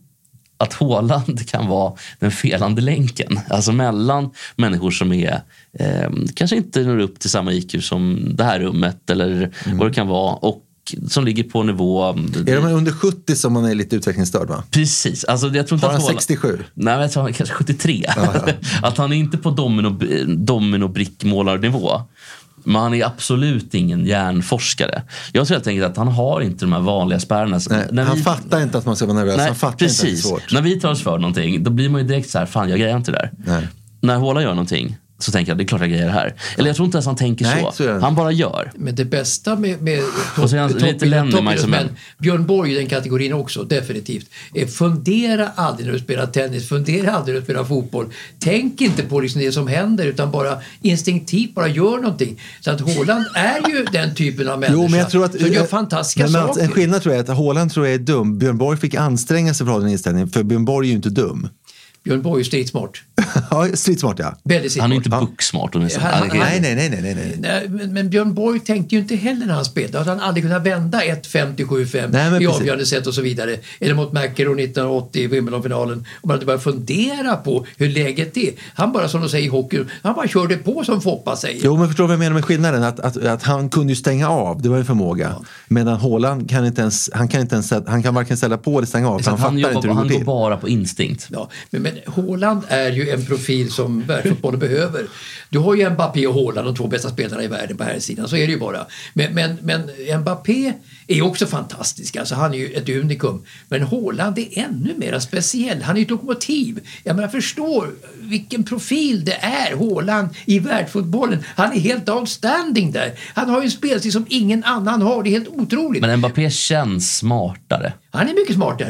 att Haaland kan vara den felande länken. Alltså mellan människor som är eh, kanske inte når upp till samma IQ som det här rummet eller vad det kan vara. Och som ligger på nivå... Är de under 70 som man är lite utvecklingsstörd? Va? Precis. Alltså, jag tror inte Har att han Haaland- 67? Nej, men jag tror han är kanske 73. att han är inte på domino, dominobrickmålarnivå. Men han är absolut ingen hjärnforskare. Jag tror helt enkelt att han har inte de här vanliga spärrarna. Nej, han fattar inte att man ska vara nervös. han fattar precis. inte att det är svårt. När vi tar oss för någonting, då blir man ju direkt så här, fan jag grejar inte det där. Nej. När Håla gör någonting så tänker jag, det är klart jag grejar det här. Eller jag tror inte ens han tänker Nej, så. så gör han han bara gör. Men det bästa med, med Och så är han topp- lite topp- Lennemaj som toppidrottsmän, en. Björn Borg i den kategorin också, definitivt. Eh, Fundera aldrig när du spelar tennis, fundera aldrig när du spelar fotboll. Tänk inte på liksom det som händer utan bara instinktivt bara gör någonting. Så att Haaland är ju den typen av människa Jo, men jag tror att, som gör fantastiska men, men alltså, saker. En skillnad tror jag är att Haaland tror jag är dum. Björn Borg fick anstränga sig för att ha den inställningen. För Björn Borg är ju inte dum. Björn Borg är stridsmart. ja, stridsmart ja. Väldigt Han är stridsmart. ju inte bucksmart. åtminstone. Han- Han är- Nej, nej, nej, nej, nej. nej. Nej, men, men Björn Borg tänkte ju inte heller när han spelade att han aldrig kunnat vända 1-5 till 7-5 Nej, men i precis. avgörande set och så vidare. Eller mot McEnroe 1980 i Wimbledonfinalen. Om man hade börjat fundera på hur läget är. Han bara, som de säger i hockey, han bara körde på som Foppa säger. Jo, men förstår du vad jag menar med skillnaden? Att, att, att han kunde ju stänga av, det var en förmåga. Medan Haaland kan inte ens, han kan inte ens, han kan varken ställa på eller stänga av. Så För att han, han, fattar inte jobbar, hur han det går går till. bara på instinkt. Ja, men, men men Haaland är ju en profil som världsfotbollen behöver. Du har ju Mbappé och Haaland, de två bästa spelarna i världen på här sidan. så är det ju bara. Men, men, men Mbappé är också fantastisk, alltså han är ju ett unikum. Men Haaland är ännu mer speciell, han är ju ett lokomotiv. Jag menar, förstår vilken profil det är, Haaland i världsfotbollen. Han är helt outstanding där. Han har ju en spelstil som ingen annan har, det är helt otroligt. Men Mbappé känns smartare. Han är mycket smartare.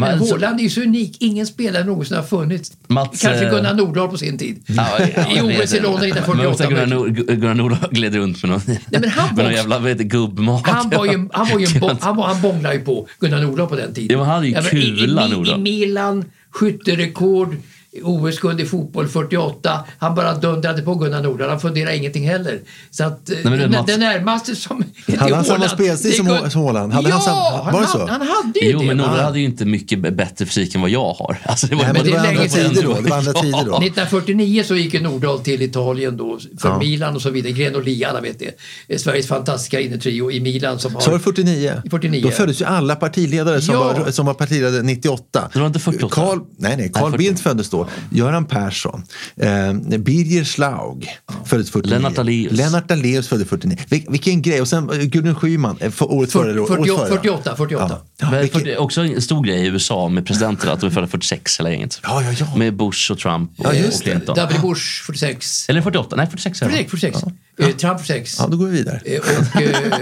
Men men så- Haaland är ju så unik. Ingen spelare någonsin har funnits. Mats, Kanske eh, Gunnar Nordahl på sin tid. I OS i London Men också 1948. Gunnar men- Nord- Gu- Gunnar Nordhaug gled runt med någon, Nej, men han med var- någon jävla vet, gubbmat. Han var ju, han var ju, en bo- Gunnar- han, var, han bånglade ju på Gunnar Nordahl på den tiden. Ja, men han hade ju Jag menar, i- kula, i, i, I Nordahl. Milan, skytterekord, OS-guld i fotboll 48. Han bara dundrade på Gunnar Nordahl. Han funderade ingenting heller. Så att, eh, men du, den, Mats- den närmaste som... Hade han samma till Haaland, spelstil det är som Gun- H- som Haaland? Hade ja, han samma- var det så? Han, han hade ju Jo, det. men va? Nordahl hade ju inte mycket b- bättre fysik än vad jag har. Alltså, det var, Nej, men det det var är andra länge sedan. tider då. Det var andra tider då. 1949 så gick ju Nordahl till Italien då för Ja. Milan och så vidare. Grenoli, alla vet det. Eh, Sveriges fantastiska innetrio i Milan som har... Så var det 49? 49. Då föddes ju alla partiledare som, Ja. var, som var partiledare 98. Det var inte 48. Carl, nej, nej, Carl Bildt föddes då. Göran Persson. Eh, Birger Schlaug föddes 49. Lennart Daléus. Lennart Daléus föddes 49. Vil, vilken grej. Och sen eh, Gudrun Schyman eh, för, året före. då, året 40 före. 48, 48. Ja. Ja, Men vilken- för, det är också en stor grej i USA med presidenter, att de är födda 46 hela gänget. Ja, ja, ja. Med Bush och Trump och, Ja, just och det. Clinton. W. Bush 46. Eller 48, nej 46 är det. 46, 46. Eh, Trump 46. ja, då går vi vidare. Eh, Och, eh,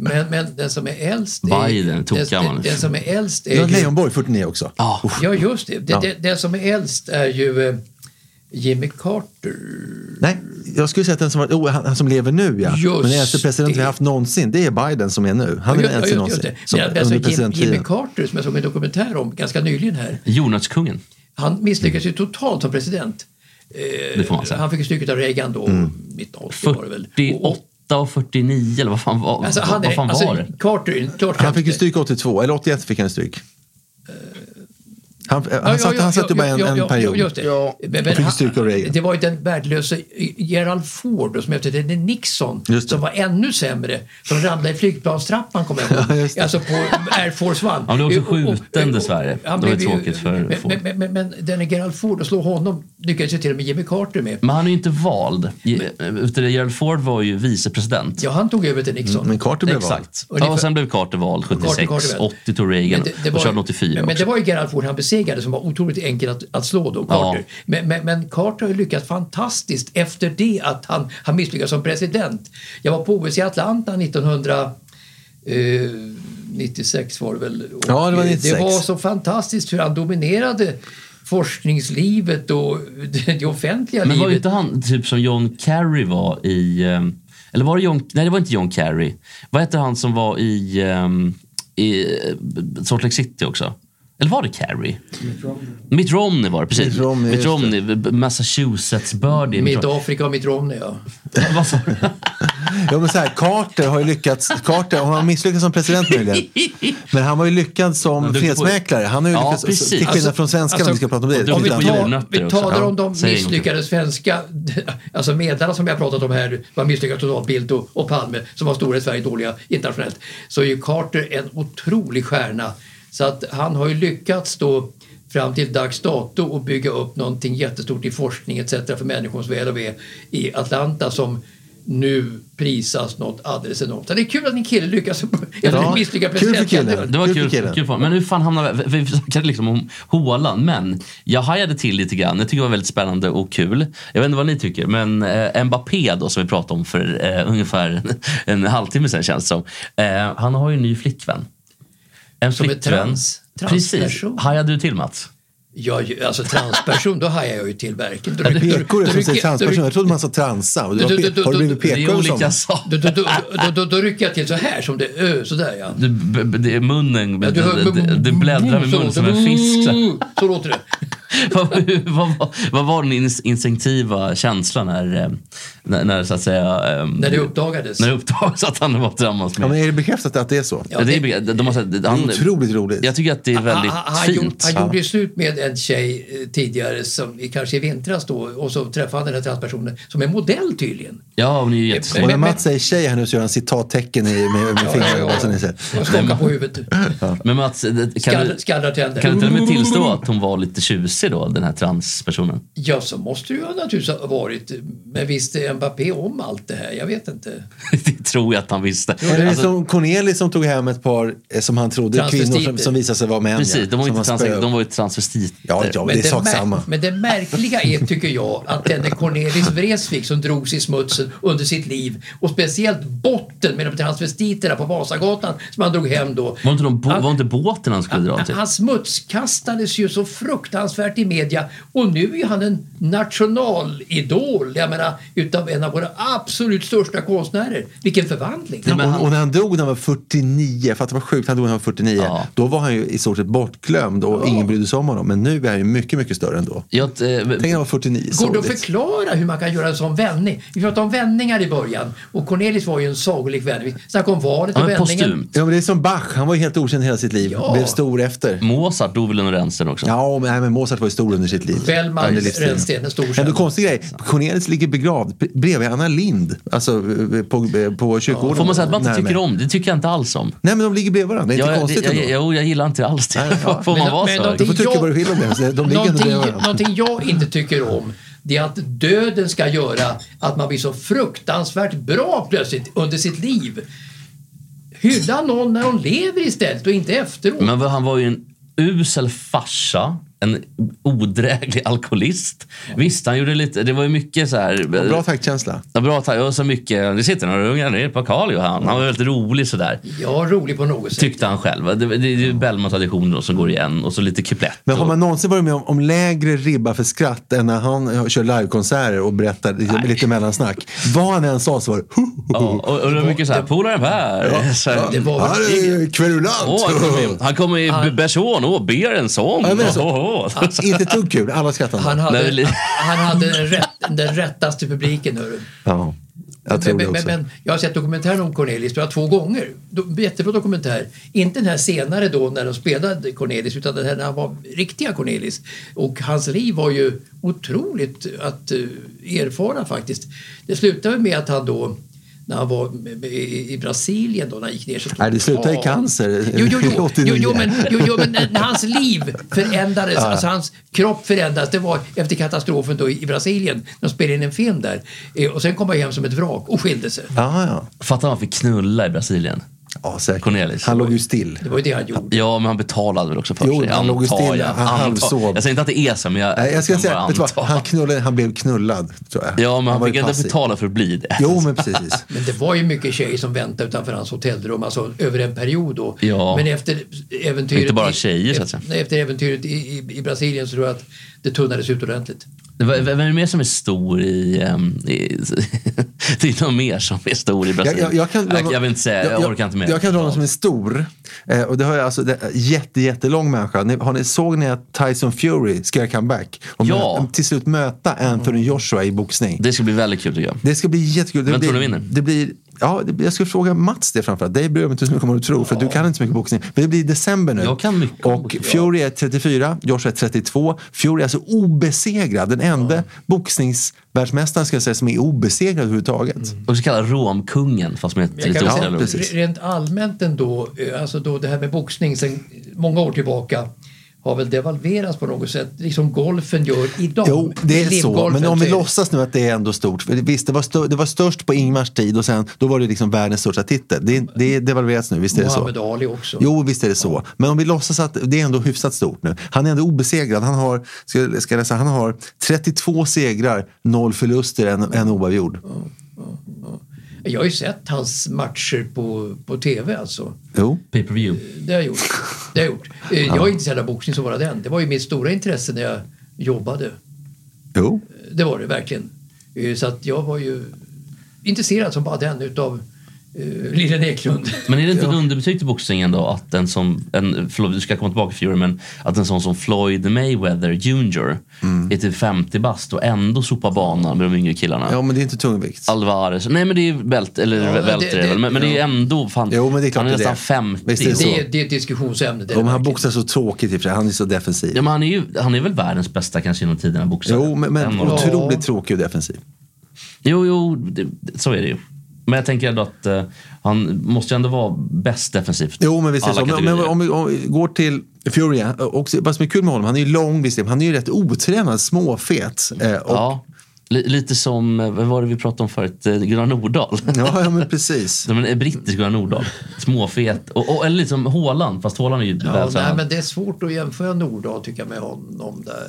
men, men den som är äldst... är- Biden, den, tokgammal. den som är äldst är Du har ju- Leijonborg 49 också. Ja. Ja, just det. Den, Ja. den, den som är äldst är ju eh, Jimmy Carter. Nej, jag skulle säga att den som, var, oh, han, han som lever nu, ja. Just Men den äldste presidenten vi det. har haft någonsin, det är Biden som är nu. Han är den äldste någonsin. det. Som, Men, under alltså, Jim, presidenttiden. Jimmy Carter, som jag såg en dokumentär om ganska nyligen här, Jonatskungen, han misslyckades ju totalt som president. det får man säga. Eh, Han fick ju stryket av Reagan då, Mm. 1980 var det väl. Och- 48 och 49 eller vad fan var, Alltså, han vad är, fan alltså, var det? Carter är klart Han fick ju sämst. stryk 82, eller 81 fick han stryk. Han, han, Eh, Ja, ja, satt, ja, han satt ju ja, bara en, ja, ja, en ja, period. just det. Men- men fick han- stryk av Reagan. Det var ju den värdelöse Gerald Ford då, som efterträdde Nixon Just det. som var ännu sämre. Som ramlade i flygplanstrappan kommer jag Ja, ihåg. just det. alltså på Air Force One. Han blev också Och- och- skjuten, och- dessvärre. han Det var ju blev ju- tråkigt för men- Ford. Men, men, men, men denne Gerald Ford, att slå honom lyckades ju till och med Jimmy Carter med. Men han är ju inte vald. Je- Utan Gerald Ford var ju vicepresident. Ja, han tog över till Nixon. Mm, Men Carter blev vald. Exakt. Och det- Ja, och sen blev Carter vald 76, Carter- Carter blev- 80 tog Reagan och körde ju- 84 men, men det också. var ju Gerald Ford han besegrade som var otroligt enkel att, att slå då, Carter. Ja. Men, men, men Carter har ju lyckats fantastiskt efter det att han, han misslyckades som president. Jag var på OS i Atlanta 1996 var det väl. Och, Ja, det var eh, 96. det var så fantastiskt hur han dominerade forskningslivet och det, det offentliga Men var ju livet. inte han typ som John Kerry var i... ehm, Eller var det John... Nej, det var inte John Kerry. Vad hette han som var i, ehm, i eh, Salt Lake City också? Eller var det Kerry? Mitt Romney var det, precis. Mitt Romney, Mitt just Romney Massachusetts-birdie. Mitt Mitt Romney. Afrika och mitt Romney, ja. Vad sa du? Ja, men så här, Carter har ju lyckats, Carter, han har misslyckats som president möjligen. Men han var ju lyckad som Han är duktig på- fredsmäklare. Han har ju Ja, lyckats, precis. till skillnad Alltså- från svenskarna om vi ska prata om det. duktig lite på grann. jorden. Ta, jordnötter vi också. talar Ja, om de säg ingenting. misslyckade svenska, alltså medlarna som vi har pratat om här, var misslyckade totalt, Bildt och, och Palme som var stora i Sverige, dåliga internationellt, så är ju Carter en otrolig stjärna. Så att han har ju lyckats då fram till dags dato och bygga upp någonting jättestort i forskning etc. för människors väl och ve i Atlanta som nu prisas något alldeles enormt. Det är kul att en kille lyckas efter Ja, en misslyckad kul för president. killen. Det var Kul kul, för killen. kul för Men hur fan hamnade vi... Vi snackade liksom om Haaland, men jag hajade till lite grann. Jag tycker det var väldigt spännande och kul. Jag vet inte vad ni tycker, men eh, Mbappé då, som vi pratade om för eh, ungefär en, en halvtimme sedan känns det som. Eh, han har ju en ny flickvän. En Som är trans- Precis. transperson. Hajade du till Mats? Ja, ju- alltså transperson, då hajar jag ju till verkligen. Då- då- då- Pekor är då som säger rycker- då transperson. rycker- Jag trodde man sa transa. Och det var Du- pe- du- du- Har du blivit du- Det är PK och olika sånt? saker. Då, då, då, då, då, då rycker jag till så här som det ö, sådär ja. Du, b- b- det är munnen, ja Mm. det, det, det bläddrar med så munnen som låter en det. fisk. Så. här. Så låter det. vad, vad, vad, vad var den ins- instinktiva känslan när eh, När, när så att säga... ehm, När det uppdagades. När det uppdags att han var tillsammans Ja, med... men är det bekräftat att det är så? Ja, det är, be- de har, sagt- Det är han, otroligt roligt. jag tycker att det är väldigt han, han, fint. gjorde, han gjorde ju slut med en tjej eh, tidigare, som, i- kanske i vintras då, och så träffade han den här transpersonen som är modell tydligen. Ja, hon är ju jättesnygg. Och när Men- men- Mats säger tjej här nu så gör han citattecken i, med, med fingrarna. så ni ser. Och skakar på huvudet. Men Mats, det- kan Skallrar- du, Skallrar tänder. kan du till och med tillstå att hon var lite tjusig då, den här transpersonen? Ja, så måste det ju naturligtvis ha varit. Men visste Mbappé om allt det här? Jag vet inte. Det tror jag att han visste. Eller är det Alltså, som Cornelis som tog hem ett par eh, som han trodde kvinnor som, Transvestiter. som visade sig vara män. ja. precis, de var ju Som inte han trans, spöade. de var ju transvestiter. Ja, ja det är sak mär- samma. men det märkliga är, tycker jag, att denne Cornelis Vreeswijk som drogs i smutsen under sitt liv och speciellt botten med de transvestiterna på Vasagatan som han drog hem då. Var inte, de, bo- Han- var inte båten han skulle dra till? Han smutskastades ju så fruktansvärt i media och nu är ju han en nationalidol, jag menar, utav en av våra absolut största konstnärer. Vilken förvandling! men och, han- och när han dog när han var 49, för att det var sjukt, han dog när han var 49. Ja. Då var han ju i stort sett bortglömd och ingen brydde sig om honom. Men nu är han ju mycket, mycket större ändå. Jag, eh, Tänk när han var 49. Går det att sorgligt. förklara hur man kan göra en sån vändning? Vi pratade om vändningar i början och Cornelis var ju en sagolik vändning. Vi snackade om valet ja, och men vändningen. postumt. Ja, men det är som Bach, han var ju helt okänd hela sitt liv. Ja. Blev stor Mm. efter. Mozart dog väl under rensen också? Ja, men, nej, men Mozart var ju stor under sitt liv. Bellman, Under livstiden. Rensten, en stor Men du, källa. konstig grej. Cornelis ligger begravd b- bredvid Anna Lind. Alltså eh, på, eh, på kyrkogården. Får man säga att man inte Närmare. tycker om? Det tycker jag inte alls om. Nej, men de ligger bredvid varandra. Det är Jag, inte jag, konstigt jag, ändå. jo, jag gillar inte alls det. Får- Får man men- vara men så? de- Du får tycka jag- vad du vill om det. så De ligger ändå Någonting, bredvid varandra. någonting jag inte tycker om det är att döden ska göra att man blir så fruktansvärt bra plötsligt under sitt liv. Hylla någon när hon lever istället och inte efteråt. Men vad- han var ju en usel farsa. En odräglig alkoholist. Visst, han gjorde lite... Det var ju mycket så här... Bra taktkänsla. Ja, bra tack. Och så mycket... Det sitter några ungar nere på Karl Johan. Han var väldigt rolig sådär. Ja, rolig på något sätt. Tyckte han själv. Det, det, det är ju Bellman-traditionen då som går igen. Och så lite kuplett. Men har och- man någonsin varit med om, om lägre ribba för skratt än när han eh, kör livekonserter och berättar lite, lite mellansnack? Vad han än sa så var det... "Hu, hu, Ja, och, och det var mycket såhär, polaren Per. Så här, Det var Här är kverulant! Åh, han kommer i- han kommer i b- person, åh, ber en sång. Ja, jag menar så. Åh, åh. Inte ett dugg kul. Alla skrattade. Han Nej, hade, men- han hade den, rätt, den rättaste publiken, hörru. Ja, jag tror det men, men, också. men jag har sett dokumentären om Cornelis tror jag, två gånger. Do- Jättebra dokumentär. Inte den här senare då när de spelade Cornelis utan den här när han var riktiga Cornelis. Och hans liv var ju otroligt att eh, erfara faktiskt. Det slutade med att han då när han var med- med- i i Brasilien då när han gick ner så Nej, det slutade i Ja. cancer. Jo, jo, jo, jo, jo, 89. men, jo, jo, men när hans liv förändrades, alltså hans kropp förändrades. Det var efter katastrofen då i Brasilien, när de spelade in en film där. Eh, Och sen kom han hem som ett vrak och skilde sig. Ja, ja. Fattar man fick knulla i Brasilien? ja säkert. Cornelis. Han låg ju still. Det var ju det han gjorde. Ja, men han betalade väl också för Jo, sig? han låg ju antar still, jag. han Antar- halvsov. Jag säger inte att det är så, men jag, Nej, jag ska kan säga, bara vet du vad? anta. Han, knullade, han blev knullad, tror jag. Ja, men han, var ju fick inte passiv. betala för att bli det. Jo, men precis. Men det var ju mycket tjejer som väntade utanför hans hotellrum, alltså över en period då. Ja. Men efter äventyret... Inte bara i- tjejer, så att säga. Nej, Efter äventyret i, i, i Brasilien så tror jag att det tunnades ut ordentligt. Det var- Vem är det mer som är stor i... ehm, i det är någon mer som är stor i Jag, Brasilien. jag, jag, kan, jag, jag vill inte säga, jag, orkar inte med. Jag kan dra någon som är stor. Eh, och det har jag alltså, det är jätte, jättelång människa. Ni, har ni, såg ni att Tyson Fury ska göra comeback? Och Ja. möta- till slut möta Anthony Joshua i boxning. Det ska bli väldigt kul tycker jag. Det ska bli jättekul. Det Vem blir, tror du vinner? Det blir, ja, det, jag skulle fråga Mats det framförallt. Dig bryr jag mig inte så mycket om vad du tror, för du kan inte så mycket boxning. Men det blir i december nu. Jag kan mycket om Och boxning, ja. Fury är 34, Joshua är 32. Fury är alltså obesegrad. Den enda boxningsvärldsmästaren ska jag säga, som är obesegrad överhuvudtaget. Och så kallar Romkungen, fast med ett Jag lite kan osäker säga, osäkrare ord. precis. re- Rent allmänt ändå, eh, alltså då det här med boxning sen många år tillbaka har väl devalverats på något sätt, liksom golfen gör idag. Jo, det är så. Livgolfen, Men om vi så är- låtsas nu att det är ändå stort. För Visst, det var, stö- det var störst på Ingmars tid och sen då var det liksom världens största titel. Det, det devalveras nu, visst är det så? Muhammad Ali också. Jo, visst är det så. Men om vi låtsas att det är ändå hyfsat stort nu. Han är ändå obesegrad. Han har, ska, jag- ska jag läsa, han har 32 segrar, noll förluster, en, en oavgjord. Jag har ju sett hans matcher på, på TV alltså. Jo. Pay per view. Det har jag gjort. Det har jag, gjort. Eh, jag är intresserad av boxning, så var det den. Det var ju mitt stora intresse när jag jobbade. Eh, jo. Det var det verkligen. Eh, Så att jag var ju intresserad som bara den utav eh, Lillen Eklund. Men är det inte ett underbetyg till boxningen då att en som, en, förlåt du ska komma tillbaka till Fury, men att en sån som Floyd Mayweather Jr Mm. är typ 50 bast och ändå sopar banan med de yngre killarna? Ja, men det är inte tungvikt. Alvarez, nej men det är bält, eller Ja, ja, bälte det- det, det- men, men det är ändå, fan, Jo, men det är klart han är det är nästan det. 50. Visst, det är så. Det, är- det är ett diskussionsämne. Det är Om han verkligen. boxar så tråkigt i och för sig. Han är så defensiv. Ja, men han, är ju, han är väl världens bästa kanske genom tiderna boxare? Jo, men, men En av dem. otroligt tråkig och defensiv. Jo, jo, det, det- så är det ju. Men jag tänker ändå att eh, han måste ju ändå vara bäst defensivt. Jo, men visst är det så. Men, men om, vi, om vi går till Fury, eh, och vad som är kul med honom, han är ju lång visserligen, han är ju rätt otränad, småfet. Eh, och, ja. Ja, li, lite som, eh, vad var det vi pratade om förut, Eh, Gunnar Nordahl. Ja, men precis. Nej, men en brittisk Gunnar Nordahl. Småfet. Och, och, eller lite som Haaland, fast Haaland är ju Ja, nej, vältränad. men det är svårt att jämföra Nordahl tycker jag med honom där.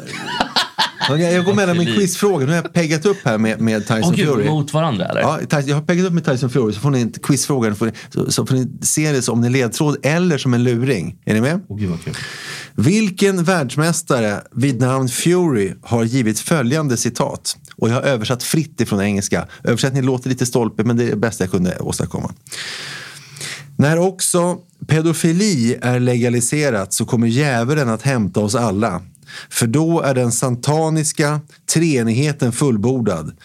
Jag, jag går mellan min Fili. quizfråga, nu har jag peggat upp här med, med Tyson Åh gud, Fury. mot varandra eller? Ja, Tyson- jag har peggat upp med Tyson Fury, så får ni en quizfråga, får ni, så, så får ni se det som en ledtråd eller som en luring. Är ni med? Åh, gud vad kul. Vilken världsmästare vid namn Fury har givit följande citat? Och jag har översatt fritt ifrån engelska. Översättningen låter lite stolpe, men det är det bästa jag kunde åstadkomma. När också pedofili är legaliserat så kommer djävulen att hämta oss alla. För då är den santaniska treenigheten fullbordad.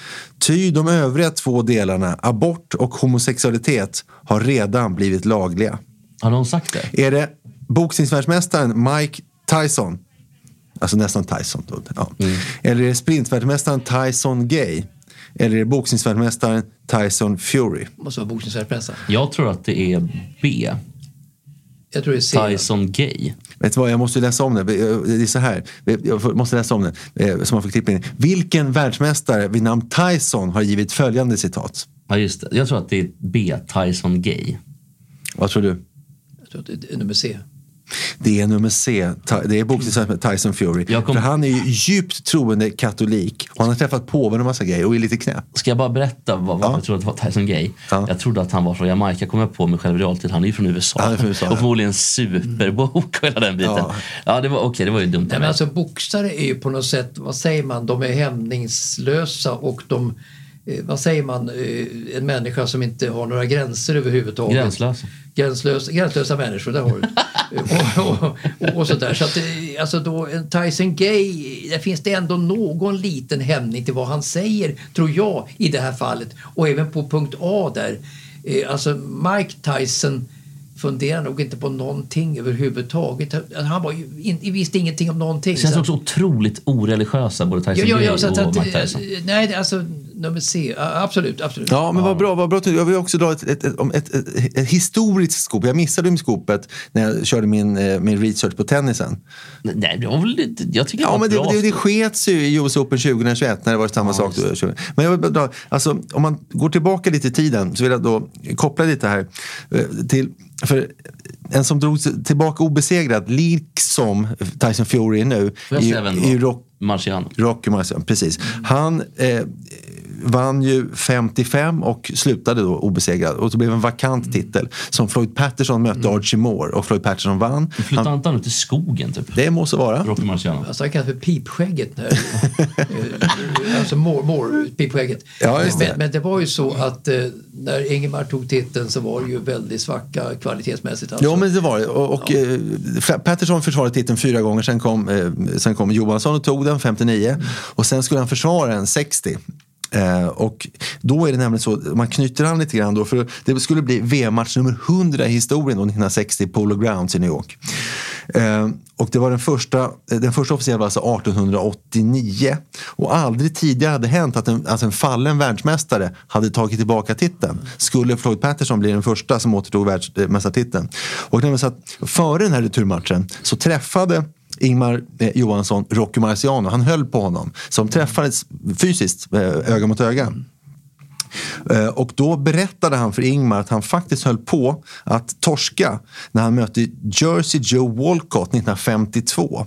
Ty de övriga två delarna, abort och homosexualitet, har redan blivit lagliga. Har någon sagt det? Är det boxningsvärldsmästaren Mike Tyson? Alltså nästan Tyson. Då. Ja. Eller är det sprintvärldsmästaren Tyson Gay? Eller är det boxningsvärldsmästaren Tyson Fury? Måste vara boxningsvärldsmästaren. Jag tror att det är B. Jag tror det är C. Tyson Gay. Vet du vad, jag måste läsa om det. eh, Det är så här. Jag får- måste läsa om det. eh, Så man får klippa in. Vilken världsmästare vid namn Tyson har givit följande citat? Ja, just det. Jag tror att det är B. Tyson Gay. Vad tror du? Jag tror att det är nummer C. Det är nummer C. Ty- Det är boxningsvärldsmästaren Tyson Fury. Jag kom- För han är ju djupt troende katolik. Och han har träffat påven och massa grejer och är lite knäpp. Ska jag bara berätta vad, vad Ja. jag trodde att det var Tyson Gay? Ja. Jag trodde att han var från Jamaica, kom jag på mig själv i realtid. Han är ju från USA. Han är från USA, ja. och förmodligen superwoke och hela den biten. Ja. Ja, det var okej, det var ju dumt. Nej, men alltså boxare är ju på något sätt, vad säger man, de är hämningslösa och de, eh, vad säger man, eh, en människa som inte har några gränser överhuvudtaget. Gränslös. Gränslös, gränslösa människor, där har du det. och, och, och, och sådär. Så att, eh, alltså då, en Tyson Gay, där finns det ändå någon liten hämning till vad han säger, tror jag, i det här fallet. Och även på punkt A där. Eh, Alltså Mike Tyson funderar nog inte på någonting överhuvudtaget. Han var ju in, visste ingenting om någonting. Det känns Så- också otroligt oreligiösa, både Tyson Ja, ja, Gay ja, så att, och att, Mike Tyson. eh, nej, det- alltså nummer C. Ja, Absolut, absolut. Ja, men vad bra. Vad bra. Jag vill också dra ett, ett, ett, om ett, ett, ett historiskt scoop. Jag missade ju skopet när jag körde min, eh, min research på tennisen. Nej, det var väl lite, jag tycker Ja, det var men det, bra. det, det skets ju i US Open 2021 när det var samma sak. Då, men jag vill bara dra, alltså, om man går tillbaka lite i tiden så vill jag då koppla lite här eh, till för en som drog sig tillbaka obesegrad, liksom Tyson Fury är nu, Får jag i, säga vem i det var? rock, Marciano. Rocky Marciano, precis. Han eh, vann ju 55 och slutade då obesegrad. Och det blev en Mm. vakant titel som Floyd Patterson mötte Archie Moore och Floyd Patterson vann. Flyttade inte han ut i skogen, typ? Det må så vara. Rocky Marciano. Alltså han kallas för pipskägget. När, eh, alltså mor, mor, pipskägget. Ja, just det. Men, men det var ju så att eh, när Ingemar tog titeln så var det ju väldigt svacka kvalitetsmässigt. Alltså. Ja, men det var det. Och, och, eh, Fra- Patterson försvarade titeln fyra gånger, sen kom, eh, sen kom Johansson och tog den 59 och sen skulle han försvara den 60. Eh, och då är det nämligen så, man knyter an lite grann då, för det skulle bli VM-match nummer 100 i historien då, 1960 i Polo Grounds i New York. Eh, och det var den första, eh, den första officiella var alltså 1889. Och aldrig tidigare hade hänt att en, att en fallen världsmästare hade tagit tillbaka titeln. Skulle Floyd Patterson bli den första som återtog världsmästartiteln. Och nämligen så att före den här returmatchen så träffade Ingmar eh, Johansson Rocky Marciano. Han höll på honom. Som träffades fysiskt, eh, öga mot öga. Eh, Och då berättade han för Ingmar att han faktiskt höll på att torska när han mötte Jersey Joe Walcott 1952.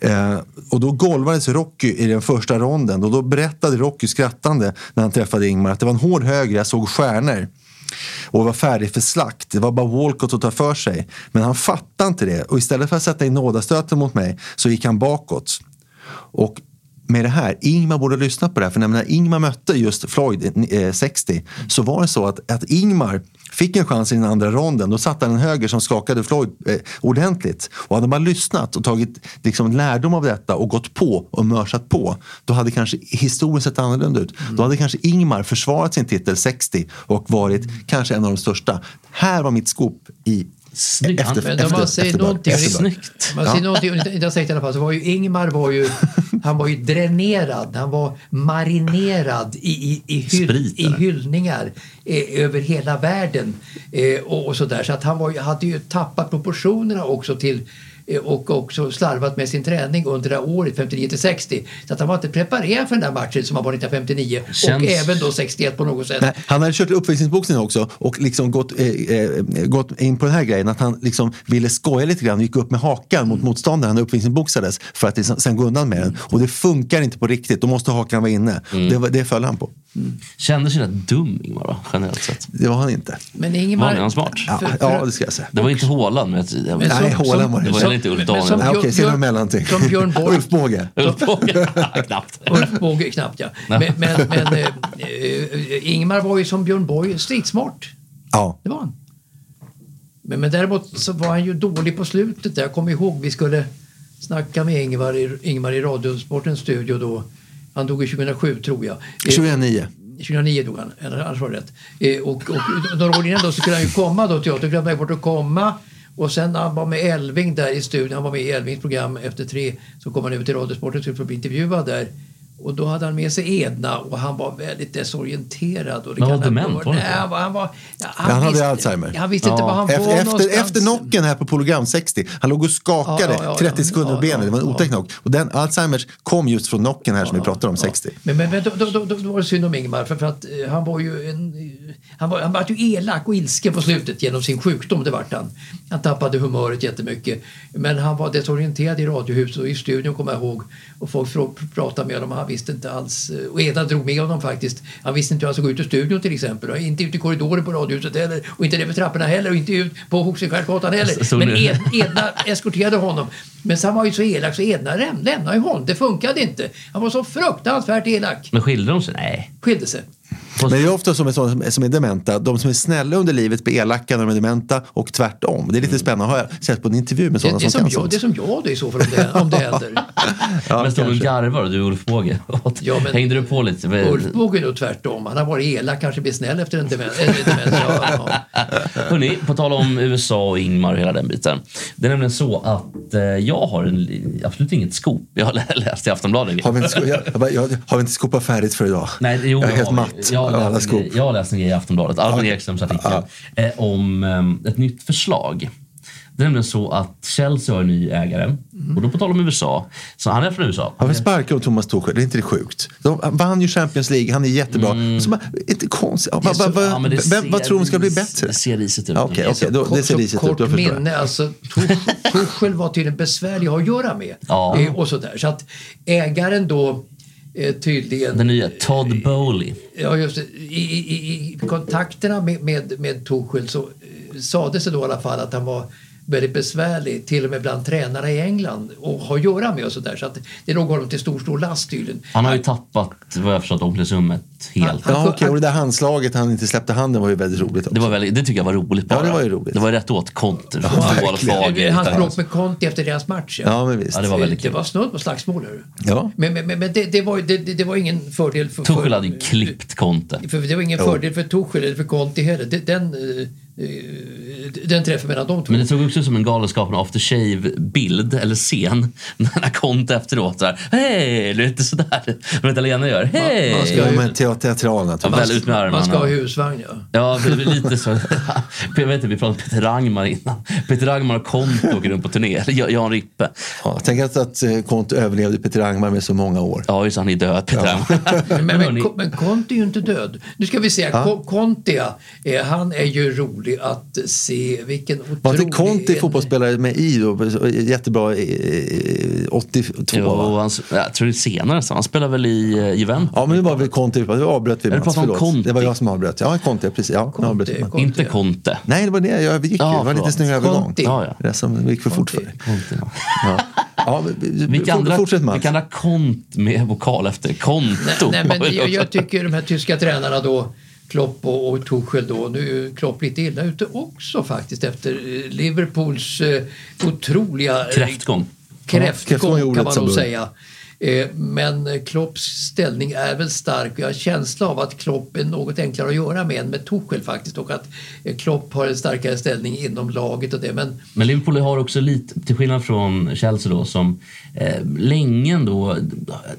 Eh, Och då golvades Rocky i den första ronden och då berättade Rocky skrattande när han träffade Ingmar att det var en hård höger, jag såg stjärnor och var färdig för slakt. Det var bara Walcott att ta för sig. Men han fattade inte det och istället för att sätta in nådastöten mot mig så gick han bakåt. Och med det här, Ingmar borde ha lyssnat på det här. För när Ingmar mötte just Floyd eh, 60 så var det så att, att Ingmar Fick en chans i den andra ronden. Då satte han en höger som skakade Floyd eh, ordentligt. Och hade man lyssnat och tagit liksom, lärdom av detta och gått på och mörsat på. Då hade kanske historien sett annorlunda ut. Då hade kanske Ingmar försvarat sin titel 60 och varit kanske en av de största. Här var mitt scoop i Snyggt. efter, Men om efter, man säger efter, någonting- efter, efter, Snyggt. Man säger någonting om inte sagt i alla fall, så var ju Ingmar var ju, han var ju dränerad, han var marinerad i, i, i, hyll, Sprit, i eller? hyllningar eh, över hela världen. Eh, och, och sådär. Så att han var, ju- hade ju tappat proportionerna också till eh, och också slarvat med sin träning under det här året, 59 till 60. Så att han var inte preparerad för den där matchen som han var 1959 och Känns- även då 61 på något sätt. Nej, han hade kört uppvisningsboxning också och liksom gått, eh, eh, gått in på den här grejen att han liksom ville skoja lite grann och gick upp med hakan Mm. mot motståndaren när uppvisningsboxades för att liksom, sen gå undan med den. Och det funkar inte på riktigt, då måste hakan vara inne. Mm. Det, var- det föll han på. Kändes ju rätt dum Ingmar, va? generellt sett. Det var han inte. Men Var Ingmar... han smart? Ja, För- för- ja det ska jag säga. Det var inte Håland, men jag, Men jag, Nej, Håland var det. det var inte Ulf men Danielsson. som Nej, Okej, Björn- se något mellanting. Som Björn Borg. Ulf Båge. Ulf Båge? Knappt. Ulf Båge knappt ja. Men, men, men eh, eh, Ingmar var ju som Björn Borg stridsmart. Ja. Det var han. Men, men däremot så var han ju dålig på slutet. där. Jag kommer ihåg vi skulle snacka med Ingmar i, Ingmar i Radiosportens studio då. Han dog i 2007 tror jag. Eh, 2009. 2009 dog han, eller annars var det rätt. Eh, och, och några år innan då så skulle han ju komma då till oss, då glömde jag bort att komma. Och sen när han var med Elving där i studion, han var med i Elvings program efter tre, så kom han över till Radiosporten och skulle få bli intervjuad där. Och då hade han med sig Edna och han var väldigt desorienterad. Och det Men han kan var ha- dement, var han Nej, inte? han var, han var, ja, han Han hade visste, Alzheimer. Han visste inte Ja. var han var Efter, efter, någonstans. efter knocken här på Polygram 60, han låg och skakade Ja, ja, ja, 30 sekunder ja, på benet. ja, Det var en ja. otäck knock. Och den Alzheimers kom just från knocken här som vi pratade om, 60. Men, men, men då, då, då, då var det synd om Ingmar för, för att eh, han var ju en, eh, han var, han var ju elak och ilsken på slutet genom sin sjukdom, det vart han. Han tappade humöret jättemycket. Men han var desorienterad i Radiohuset och i studion kommer jag ihåg och folk frå- pratade med honom och han visste inte alls. eh, Och Eda drog med honom faktiskt. Han visste inte hur han skulle gå ut ur studion till exempel och inte ut i korridoren på Radiohuset heller och inte ner för trapporna heller och inte ut på Hoxenskärsgatan Så- så heller. Men nu- Ed, Edna eskorterade honom. Men så han var ju så elak så Edna läm- lämnade ju honom. Det funkade inte. Han var så fruktansvärt elak. Men skilde de sig? Nej. Skilde sig. Men det är ofta som är, sådana som är, som är dementa. De som är snälla under livet blir elaka när de är dementa och tvärtom. Det är Mm. lite spännande. Har jag sett på en intervju med Det, sådana det, som är som kan jag, sånt. det är som jag då i så fall om det, om det händer. men stod och kanske. garvar och du är Ulf Båge? Ja, men- Hängde du på lite? Ulf vågar ju nog tvärtom. Han har varit elak, kanske blir snäll efter en demens. Äh, demens. Ja, ja. Hörrni, Äh, på tal om USA och Ingmar och hela den biten. Det är nämligen så att eh, jag har en, li- absolut inget skop. Jag har lä- läst i Aftonbladet. Har vi inte, sko- jag, jag, bara, jag, har vi inte skopat färdigt för idag? Nej, jo, jag är helt har- matt Jag, av har alla läst en skop. grej- jag har läst en grej i Aftonbladet, Albin Ekströms artikel, eh, om eh, ett nytt förslag. Det är nämligen så att Chelsea har en ny ägare. Mm. Och då på tal om USA, så han är från USA. Varför sparkar de Thomas Tuchel? Det är inte det sjukt? De han vann ju Champions League, han är jättebra. Så bara, inte konstigt. Ja, vad- Så- vad- ja, men Mm. det vem, vad ser tror de ska bli ris- bättre? Det ser risigt ut. Ja, Okej, okej, då- det ser Så risigt ut. kort Då förstår jag. minne, alltså. Tuch- Tuchel var tydligen besvärlig att ha att göra med. Ja. Eh, Och sådär. Så att ägaren då eh, tydligen... Den nya Todd Bowley. Ja, just det. I, i, i- I kontakterna med, med, med Tuchel så eh, sades det då i alla fall att han var väldigt besvärlig, till och med bland tränare i England och har att göra med och sådär. Så att det låg honom till stor, stor last tydligen. Han har ju tappat, vad jag förstått, omklädningsrummet helt. Ja, okej, och det där handslaget han inte släppte handen var ju väldigt roligt också. Det, var väldigt, det tycker jag var roligt bara. Ja, det var ju roligt. Det var rätt åt konter. verkligen. Fotboll, Han Fager. bråk med Conte efter deras match. Ja, men visst. Ja, det var väldigt det kul. var snudd på slagsmål. hörru. Ja. Men, men, men, men det, det, var, ju- det, det det var ingen fördel för... Tuchel för- hade ju klippt konter. För det var ingen fördel för Tuchel eller för Conte heller. Det- Den, eh, eh, den träffen mellan de två. Men det såg också ut som en Galenskaparna after shave-bild, eller scen, när han kom efteråt. så här, Hej! Eller Lite sådär. Som italienare gör. Hej! Man- man ska- Ja, men te- teatral Ja, naturligtvis. väl ut med armarna. Man ska ha husvagn, ja. Ja, det blir lite så. Jag vet inte, vi pratade om Peter Rangmar innan. Peter Rangmar och Konto åker runt på turné. Eller Jan- Jan Rippe. Ja, tänk att, att eh, Conte överlevde Peter Angmar med så många år. Ja, just det, han är död, Peter Rangmar. Men, men, hörni, Ko- men Conte är ju inte död. Nu ska vi se, Ko- Conte ja, eh, han är ju rolig att se. Vilken otrolig... Var inte Conte en- fotbollsspelare med i då? Jättebra eh, 82 Jo, va? han, jag tror det är senare. Så han spelar väl i eh, Juventus? Ja, men nu var väl Conte. Nu avbröt vi Eller Mats, pratar om förlåt. Conte. Det var jag som avbröt. Ja, Conte, precis. Ja, Conte, avbröt. Conte, man. Conte. Inte Conte. Nej, det var det. Jag övergick ju. Ja, Det var en lite förlåt. snygg övergång. Conte. Ja, ja. Det som gick för fort för dig. Conte. Ja. Ja, men vi- vi- Vilka andra, Fortsätt Mats. vilka andra kont med vokal efter? Konto? Nej, nej, men jag, jag tycker de här tyska tränarna då Klopp och, och Tuchel då. Nu är ju Klopp lite illa ute också faktiskt efter eh, Liverpools eh, otroliga eh, Kräftgång. kräftgång är kräftgång ordet kan man som nog bör- säga. Eh, Men eh, Klopps ställning är väl stark och jag har känsla av att Klopp är något enklare att göra med än med Tuchel faktiskt och att eh, Klopp har en starkare ställning inom laget och det. Men Men Liverpool har också lite, till skillnad från Chelsea då, som eh, länge då,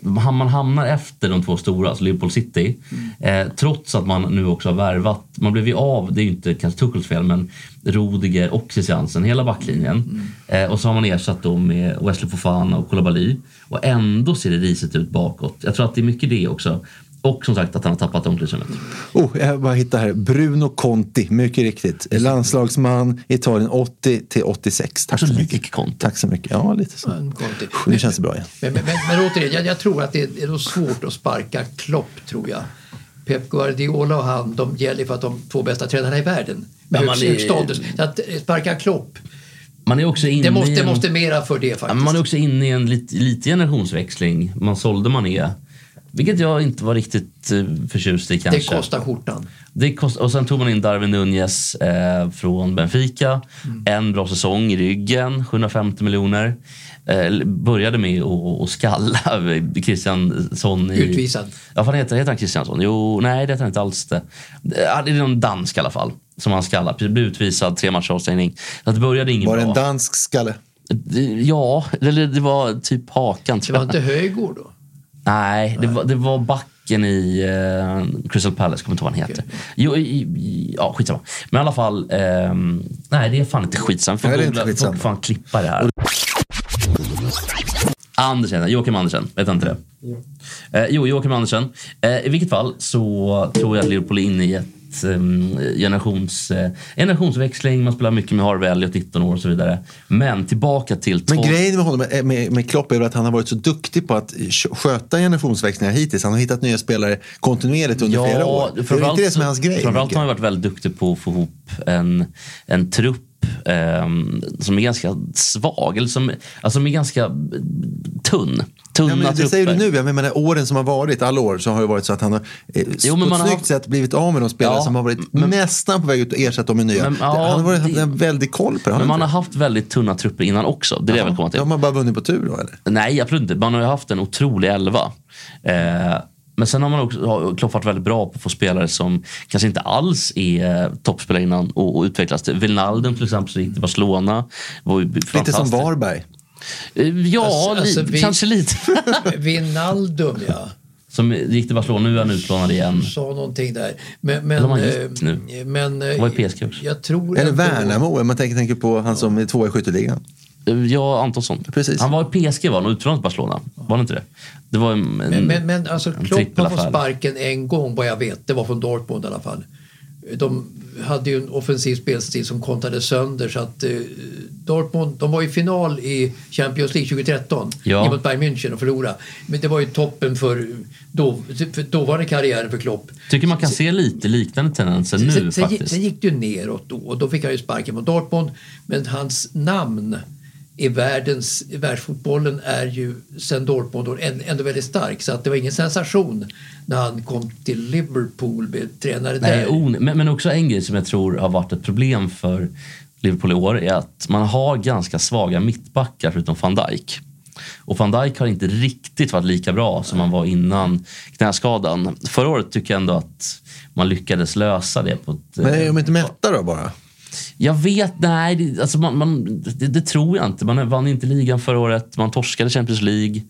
man hamnar efter de två stora, alltså Liverpool City, Mm. eh, trots att man nu också har värvat, man blev ju av, det är ju inte kanske Tuchels fel, men Rudiger och Christiansen, hela backlinjen. Mm. Eh, och så har man ersatt dem med Wesley Fofana och Koulibaly. Och ändå ser det risigt ut bakåt. Jag tror att det är mycket det också. Och som sagt att han har tappat omklädningsrummet. Oh, jag bara hittar här. Bruno Conti, mycket riktigt. Landslagsman, Italien 80 till 86. Tack Så så mycket. lik Conte. Tack så mycket. Ja, lite så. men, Conte- Nu känns det bra igen. Mm, men, men, men, men återigen, jag, jag tror att det är nog svårt att sparka Klopp tror jag. Pep Guardiola och han, de gäller för att de två bästa tränarna i världen. Med Men man högst, är- högst status. Så att eh, sparka Klopp, Man Mm, är också inne det måste, i en... det måste mera för det Ja, faktiskt. men Man är också inne i en lit, lite generationsväxling. Man sålde Mané, vilket jag inte var riktigt eh, förtjust i kanske. det kostar skjortan. Det kost, och sen tog man in Darwin Nunez eh, från Benfica. Mm. En bra säsong i ryggen, 750 miljoner. Eh, började med att att skalla Kristiansson. I, Utvisad. Ja, vad heter, heter han Kristiansson? Jo, nej det heter han inte alls. Det, Eh, Ja, det är någon dansk i alla fall. Som han skallar. Precis, Blev utvisad, tre matchers avstängning. Så att det började ingen Var det bra. en dansk skalle? Det- Ja, eller det var typ hakan. Det tror var jag. inte Höjgård då? Nej, det var, det var backen i eh, Crystal Palace, kommer inte ihåg vad han heter. Jo, i, i, ja, skitsamma. Men i alla fall, ehm, nej det är fan inte skitsamma. Får Nej, det är googla- inte skitsamma. Får fan klippa det här. Andersen, Joakim Andersen, vet han inte det? Eh, jo, Joakim Andersen. Eh, I vilket fall så tror jag att Liverpool är inne i ett ehm, Generations, eh, generationsväxling, man spelar mycket med Harvey Elliot, 19 år och så vidare. Men tillbaka till... Men tolv- grejen med, honom, eh, med, med Klopp är väl att han har varit så duktig på att sköta generationsväxlingar hittills. Han har hittat nya spelare kontinuerligt under flera år. Det är inte det som är hans grej. Framförallt har mycket. han varit väldigt duktig på att få ihop en, en trupp ehm, som är ganska svag, eller som, alltså som är ganska tunn. Tunna Ja, men det trupper. säger du nu. Jag menar, åren som har varit, alla år, så har det varit så att han har eh, men på ett man har snyggt haft- sätt blivit av med de spelare Ja, som har varit nästan på väg ut och ersatt dem med nya. Men, ja, han har varit, haft det- en väldig koll på det. Men man har inte? haft väldigt tunna trupper innan också. Det är det jag vill komma till. Ja, har man bara vunnit på tur då eller? Nej, absolut inte. Man har ju haft en otrolig elva. Eh, men sen har man också har Klopp varit väldigt bra på att få spelare som kanske inte alls är eh, toppspelare innan och, och utvecklas. till. Wijnaldum till exempel som gick till Barcelona. Var ju Lite som fantastisk. Varberg. Eh, Ja, Alltså- alltså, li- vi- kanske lite. Wijnaldum ja. som gick till Barcelona. Nu är han utlånad igen. sa någonting där. Men, men, Eller var han gift eh, nu? men eh, Var i PSG också. jag tror Eller ändå- Värnamo, om man tänker, tänker på han som är tvåa i skytteligan. Eh, Ja, Antonsson. Precis. Han var i PSG var han, och utlånad till Barcelona. Var han inte det? Det var en, en, Men, men, men alltså en Klopp har fått trippelaffär. sparken en gång vad jag vet. Det var från Dortmund i alla fall. De hade ju en offensiv spelstil som kontade sönder så att eh, Dortmund, de var i final i Champions League 2013 Ja. mot Bayern München och förlorade. Men det var ju toppen för, då, för dåvarande karriären för Klopp. Tycker man kan se lite liknande tendenser nu sen, sen, faktiskt. sen gick det ju neråt då och då fick han ju sparken mot Dortmund. Men hans namn i, världens, i världsfotbollen är ju sen Dortmund då än- ändå väldigt stark. Så att det var ingen sensation när han kom till Liverpool, blev tränare Nej, där. on- men, men också en grej som jag tror har varit ett problem för Liverpool i år är att man har ganska svaga mittbackar förutom van Dijk. Och van Dijk har inte riktigt varit lika bra som han var innan knäskadan. Förra året tycker jag ändå att man lyckades lösa det. på ett, Men är de inte mätta då bara? Jag vet, nej, det, alltså man, man, det, det tror jag inte. Man vann inte ligan förra året, man torskade Champions League.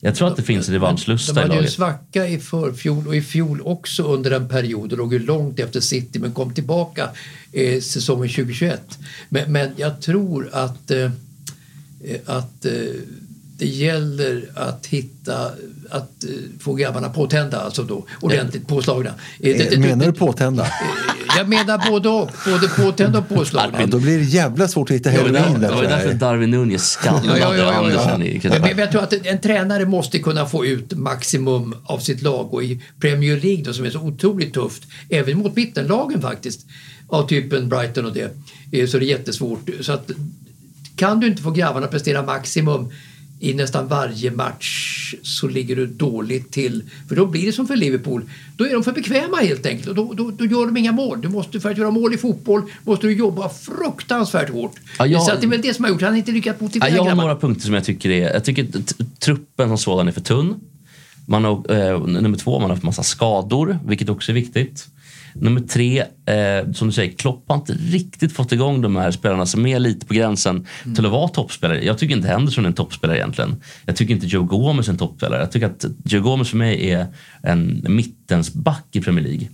Jag tror att det finns en De revanschlusta i hade ju en laget. svacka i förfjol och i fjol också under en period och låg ju långt efter City men kom tillbaka eh, säsongen 2021. Men, men jag tror att, eh, eh, att eh, det gäller att hitta, att eh, få grabbarna påtända alltså då, ordentligt påslagna. Eh, det- det- det- Menar du det- påtända? Jag menar både och, både påtända och påslagna. Ja, då blir det jävla svårt att hitta Det var där- heroin det där. var ju tror jag. därför Darwin Nunez skallade Andersen i Men, men jag tror att en, en tränare måste kunna få ut maximum av sitt lag och i Premier League då, som är så otroligt tufft, även mot mittenlagen faktiskt, av typen Brighton och det, eh, så det är jättesvårt. Så att, kan du inte få grabbarna att prestera maximum i nästan varje match så ligger du dåligt till. För då blir det som för Liverpool. Då är de för bekväma helt enkelt. Och då, då, då gör de inga mål. Du måste, för att göra mål i fotboll måste du jobba fruktansvärt hårt. Ja, jag- Så att det är väl det som har gjort. Han har inte lyckats motivera Ja, jag har grabbarna. några punkter som jag tycker är... Jag tycker t- truppen som sådan är för tunn. Man har, eh, nummer två, man har haft massa skador, vilket också är viktigt. Nummer tre, eh, som du säger, Klopp har inte riktigt fått igång de här spelarna som är lite på gränsen till att vara toppspelare. Jag tycker inte Henderson är en toppspelare egentligen. Jag tycker inte Joe Gomez är en toppspelare. Jag tycker att Joe Gomez för mig är en mittensback i Premier League.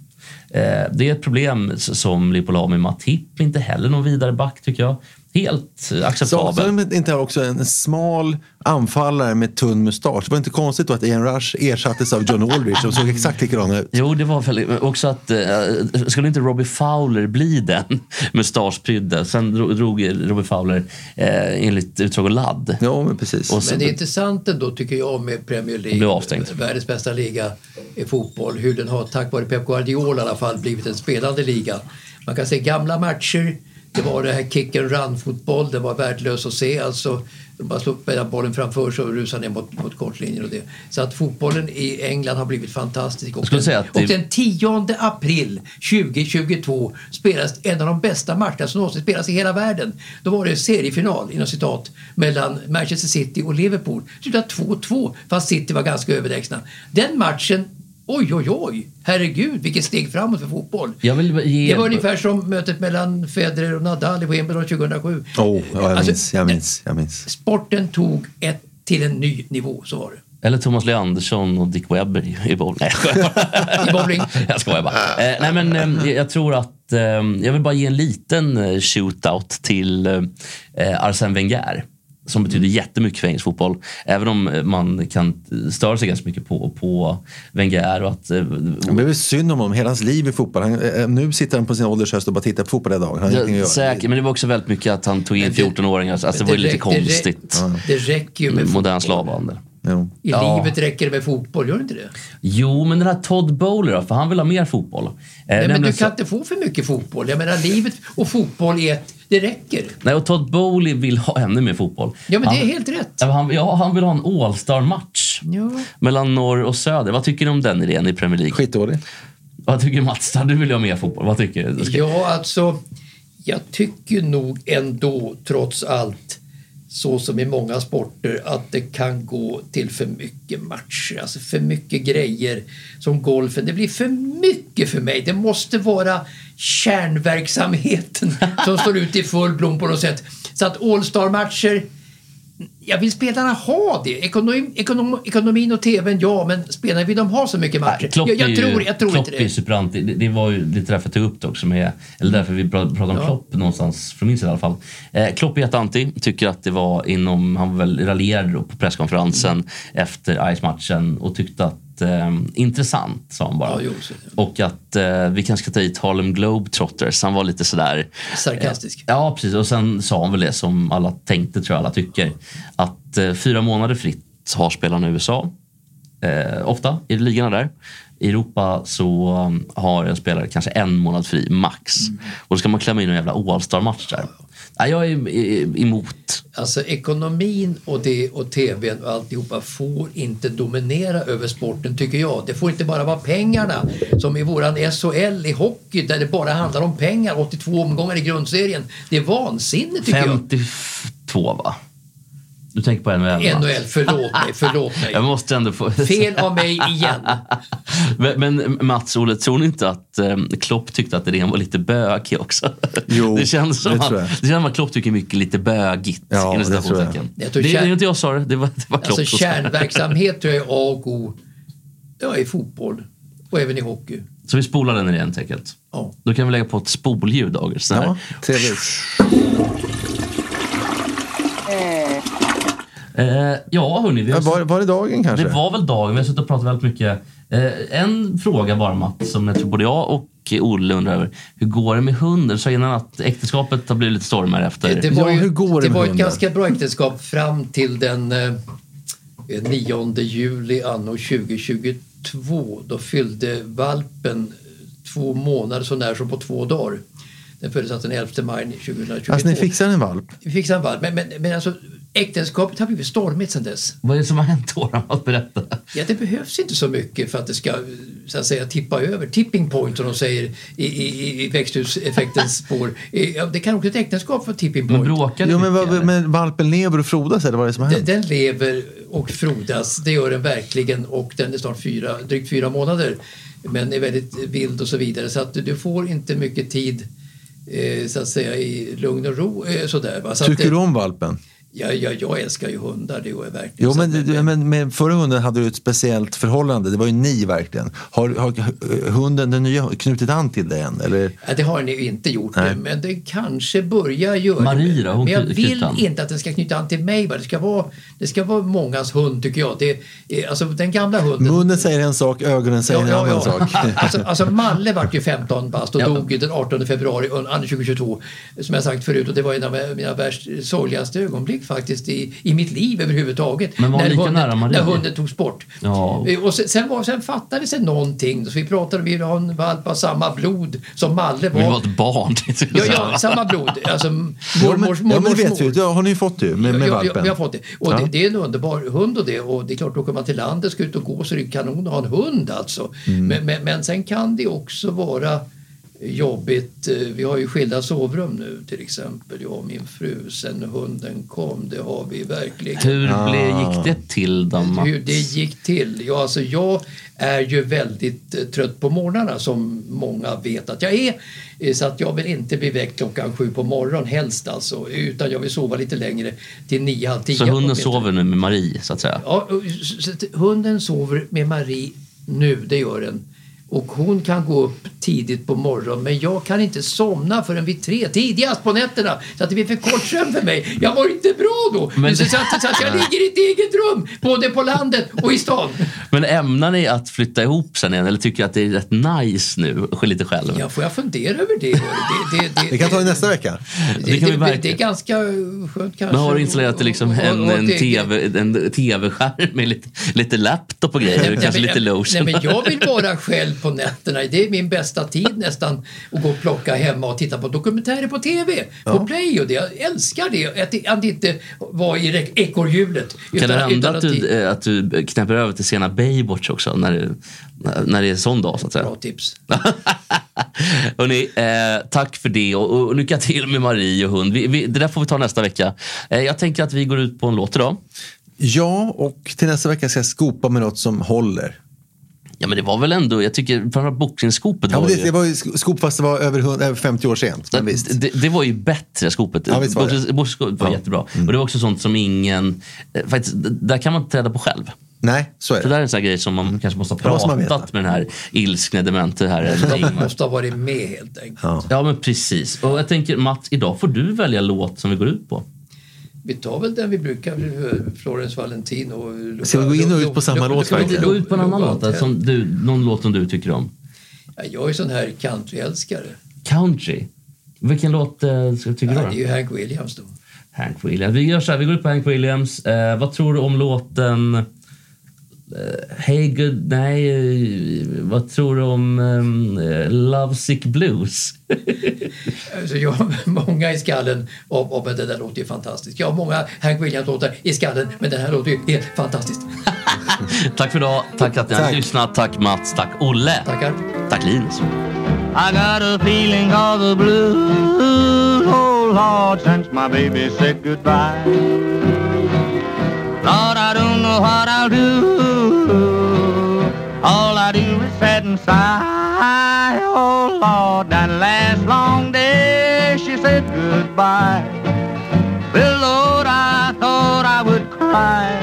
Eh, det är ett problem s- som Liverpool har med Matip, inte heller någon vidare back tycker jag. Helt eh, Så, acceptabel. så är det Alltså, inte här också en smal anfallare med tunn mustasch. Det var inte konstigt då att Ian Rush ersattes av John Aldrich som såg exakt likadan ut. Jo, det var väl men också att... Eh, skulle inte Robbie Fowler bli den mustaschprydda? Sen dro- drog Robbie Fowler eh, enligt utsagor ladd. Ja, men precis. Och så- Men det är intressant ändå tycker jag med Premier Blev League, avstängd. världens bästa liga i fotboll, hur den har tack vare Pep Guardiola i alla fall blivit en spelande liga. Man kan se gamla matcher, det var det här kick and run-fotboll, det var värdelös att se alltså. De bara slog bollen framför sig och rusade ner mot, mot kortlinjen och det. Så att fotbollen i England har blivit fantastisk. Och skulle den, säga att det- och den 10 april 2022 spelas en av de bästa matcherna som någonsin spelas i hela världen. Då var det seriefinal, inom citat, mellan Manchester City och Liverpool. Det slutade 2-2, fast City var ganska överlägsna. Den matchen, oj, oj, oj, herregud, vilket steg framåt för fotboll. Jag vill ge... Det var ungefär som mötet mellan Federer och Nadal i Wimbledon 2007. Oh, ja, jag Alltså, minns, eh, jag minns, jag minns. Sporten tog ett till en ny nivå, så var det. Eller Thomas Leandersson och Dick Webber i, i bowling. Nej, jag skojar bara. I bowling. jag skojar bara. Eh, nej, men, eh, jag tror att... Eh, jag vill bara ge en liten eh, shootout till eh, Arsène Wenger. Som Mm. betyder jättemycket för engelsk fotboll. Även om eh, man kan störa sig ganska mycket på, på Wenger och att eh, Det blev synd om honom, hela hans liv i fotboll. Han, eh, nu sitter han på sin ålders höst och bara tittar på fotboll hela dagen. Han har ingenting Ja, att göra. säkert, men det var också väldigt mycket att han tog in 14-åringar. Alltså, det var ju lite räck- det räck- konstigt. Mm, Det räcker ju med Modern fotboll. slavhandel. Jo. I Ja. livet räcker det med fotboll, gör det inte det? Jo, men den här Todd Bowler då, för han vill ha mer fotboll. Eh, Nej, men nämligen du så- kan inte få för mycket fotboll. Jag menar, livet och fotboll är ett... Det räcker. Nej, och Todd Bowley vill ha ännu mer fotboll. Ja, men det han, är helt rätt. Ja, han, ja, han vill ha en All-star-match Ja. mellan norr och söder. Vad tycker du om den idén i Premier League? Skitdålig. Vad tycker Mats? Du vill ju ha mer fotboll. Vad tycker du? Ska- Ja, alltså... Jag tycker nog ändå, trots allt, så som i många sporter, att det kan gå till för mycket matcher. Alltså för mycket grejer. Som golfen, det blir för mycket för mig. Det måste vara kärnverksamheten som står ut i full blom på något sätt. Så att All-star-matcher, Jag vill spelarna ha det? Ekonomi, ekonom, ekonomin och tvn, ja, men spelarna vill de ha så mycket matcher? Nej, Klopp jag, är jag ju- tror, jag tror Klopp inte är ju det. superanti. det. Det var ju lite därför jag tog upp det också. Med, eller därför vi pra- pratade om Klopp någonstans, från min sida i alla fall. Eh, Klopp är jätteanti. Tycker att det var inom, han väl raljerade då på presskonferensen Mm. efter Ice-matchen och tyckte att eh, intressant, sa han bara. Ja, jo, så är och att eh, vi kanske ska ta hit Harlem Globetrotters. Han var lite sådär... Sarkastisk. Ja, precis. Och sen sa han väl det som alla tänkte, tror jag alla tycker. Att eh, fyra månader fritt har spelarna i USA. Eh, ofta i ligorna där. I Europa så um, har en spelare kanske en månad fri, max. Mm. Och då ska man klämma in en jävla All-star-match där. Nej, jag är eh, emot. Alltså ekonomin och det och tvn och alltihopa får inte dominera över sporten, tycker jag. Det får inte bara vara pengarna, som i våran SHL i hockey, där det bara handlar om pengar. 82 omgångar i grundserien. Det är vansinne, tycker 52, va? Du tänker på NHL? jag. va? NHL, förlåt mig, förlåt Jag mig. måste ändå få... Fel av mig igen. Alltså, Men, men Mats, Olle, tror ni inte att eh, Klopp tyckte att idén var lite bökig också? Jo, det känns som det att, tror det jag. känns som att Klopp tycker mycket lite bögigt. Ja, inom det tror jag. citationstecken. Jag det tror det kär- är inte jag sa det, det var, det var Klopp Alltså som sa det. kärnverksamhet tror jag är A och O. Ja, i fotboll och även i hockey. Så vi spolar den igen helt enkelt. Ja. Då kan vi lägga på ett spolljud, Dager. så här. Ja, trevligt. Eh, ja, hörni. Vi Ja, har Var, var det dagen kanske? Det var väl dagen. Vi har suttit och pratat väldigt mycket. Eh, en fråga bara, Mats, som jag tror både jag och Olle undrar över. Hur går det med hunden? Du sa innan att äktenskapet har blivit lite stormar efter. Eh, Det var, Ja, ju, hur går det det med var ett hundar? ganska bra äktenskap fram till den eh, 9 juli anno 2022. Då fyllde valpen eh, två månader så när som på två dagar. Den föddes alltså den 11 maj 2022. Alltså ni fixade en valp? Vi fixade en valp. Men, men, men alltså, Äktenskapet har blivit stormigt sedan dess. Vad är det som har hänt då? Att berätta. Ja, det behövs inte så mycket för att det ska eh, så att säga, tippa över. Tipping point, som de säger i, i, i växthuseffektens spår. Eh, Ja, det kan också ett äktenskap vara tipping De point. bråkade Jo, men, mycket, vad- eller? men valpen lever och frodas eller vad är det som har Den, hänt? den lever och frodas, det gör den verkligen och den är snart fyra, drygt fyra månader men är väldigt vild och så vidare så att du- du får inte mycket tid eh, så att säga i lugn och ro eh, sådär. Va? Så att, Tycker eh, du om valpen? Ja, ja, jag älskar ju hundar, det gör jag verkligen. Jo, Så men, att- men, men, förra hunden hade du ett speciellt förhållande. Det var ju ni verkligen. Har, har eh, hunden, den nya, knutit an till dig än? Eller? Ja, det har den ju inte gjort, Nej. men den kanske börjar göra Marie då? Hon Men jag kny- vill knyter an. inte att den ska knyta an till mig. va? Det ska vara, det ska vara mångas hund, tycker jag. Det, är- alltså, den gamla hunden... Munnen säger en sak, ögonen säger en annan sak. Alltså, alltså Malle vart ju 15 bast och Ja. dog ju den 18 februari och han är 2022 som jag sagt förut och det var en av mina värst sorgligaste ögonblick faktiskt i, i mitt liv överhuvudtaget. Men var han lika hunden, nära Maria? när hunden togs bort. Ja. Eh, Och sen, sen, var, sen fattades det någonting så vi pratade om att vi ville ha en valp av samma blod som Malle Vill var. du vara ett barn? Ja, ja, samma blod. Alltså, Jo, men, mormors, mormors, ja, men det vet mor. vi. Det har ni ju fått ju med, med Ja, ja, valpen. vi har fått det. Och Ja. det, det är en underbar hund och det. Och det är klart, åker man till landet ska ut och gå så är det kanon att ha en hund alltså. Mm. Men, men, men sen kan det också vara jobbigt. Eh, Vi har ju skilda sovrum nu till exempel, jag och min fru, sen hunden kom. Det har vi verkligen. Hur ble, gick det till då, Mats? Hur det gick till? Ja, alltså jag är ju väldigt eh, trött på morgnarna som många vet att jag är. Eh, Så att jag vill inte bli väckt klockan sju på morgonen helst alltså. Utan jag vill sova lite längre till nio, halv tio. Så hunden åtminstone. sover nu med Marie, så att säga? Ja, och s- så att hunden sover med Marie nu, det gör den. Och hon kan gå upp tidigt på morgonen men jag kan inte somna förrän vid tre, tidigast på nätterna. Så att det blir för kort sömn för mig. Jag var inte bra då! Men- så, så, att, så att jag ligger i ett eget rum, både på landet och i stan. Men ämnar ni att flytta ihop sen igen eller tycker jag att det är rätt nice nu, lite själv? Ja, får jag fundera över det? hörru? Det, det, det, Vi kan ta det nästa vecka. Det kan vi det, det, verkligen. det är ganska skönt kanske. Men har du installerat liksom alltså, Och- och- en, och en, det- TV, en tv-skärm med lite, lite laptop och grejer? Nej, kanske men- lite lotion? Nej, men jag vill vara själv på nätterna. Det är min bästa tid nästan att gå och plocka hemma och titta på dokumentärer på TV, på Play och det. Jag älskar det, att, det- att det inte vara i rek- ekorrhjulet. Kan det utan- hända utan att du, det- eh, att du knäpper över till sena Baywatch också när, du, när det är sån dag så att säga? Bra tips. Hörrni, eh, tack för det och, och, lycka till med Marie och hund. Vi, vi, det där får vi ta nästa vecka. Eh, jag tänker att vi går ut på en låt idag. Ja, och till nästa vecka ska jag skopa med något som håller. Ja men det var väl ändå, jag tycker framförallt boxningsskopet Ja, var men det, ju... det var ju sk- skop fast det var över, hund- över 50 år sent. Men visst. Det, det var ju bättre skopet. Ja, visst var det. Boxningsskopet Ja. var Mm. jättebra. Och det var också sånt som ingen... eh, Faktiskt, d- där kan man inte träda på själv. Nej, så är Det det. där är en sån här grej som man kanske måste ha Det måste man veta. pratat med den här ilskne demente här. eller Jag Ingmar. måste ha varit med helt enkelt. ja men precis. Och jag tänker Mats, idag får du välja låt som vi går ut på. Vi tar väl den vi brukar, Florence Valentino. och- Ska vi gå in och ut på samma Lo- Lo- låt Lo- Kan vi inte verkligen? gå ut på en Lo- annan Lo- låt? alltså, Som du, någon låt som du tycker om. Ja, Jag är sån här countryälskare. Country. Vilken låt eh, ska- tycker du Ja, det då? är ju Hank Williams då. Hank Williams. Vi gör så här, vi går ut på Hank Williams. Eh, vad tror du om låten... Eh, hey good... Nej, eh, vad tror du om eh, Lovesick Blues? Alltså jag har många i skallen av, av men det där låter ju fantastiskt. Jag har många Hank Williams-låtar i skallen men den här låter ju helt fantastiskt. tack för idag. Tack att ni har Tack. lyssnat. Tack Mats. Tack Olle. Tackar. tack Linus. I got a feeling of the blues, oh Lord, since my baby said goodbye. Lord, I don't know what I'll do. All I do is sit and sigh. Oh Lord, that last long day she said goodbye. Well, Lord, I thought I would cry.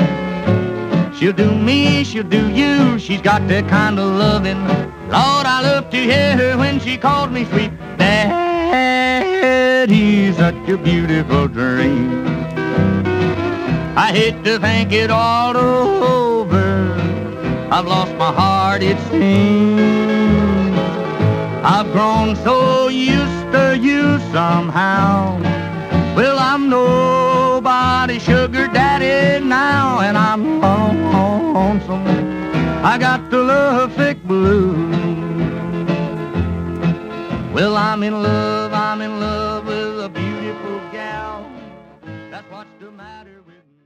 She'll do me, she'll do you. She's got that kind of loving. Lord, I love to hear her when she called me sweet. Daddy's such a beautiful dream. I hate to think it all over. I've lost my heart, it seems. I've grown so used to you somehow. Well, I'm nobody's sugar daddy now, and I'm lonesome. I got the love thick blue. Well, I'm in love, I'm in love with a beautiful gal. That's what's the matter with me.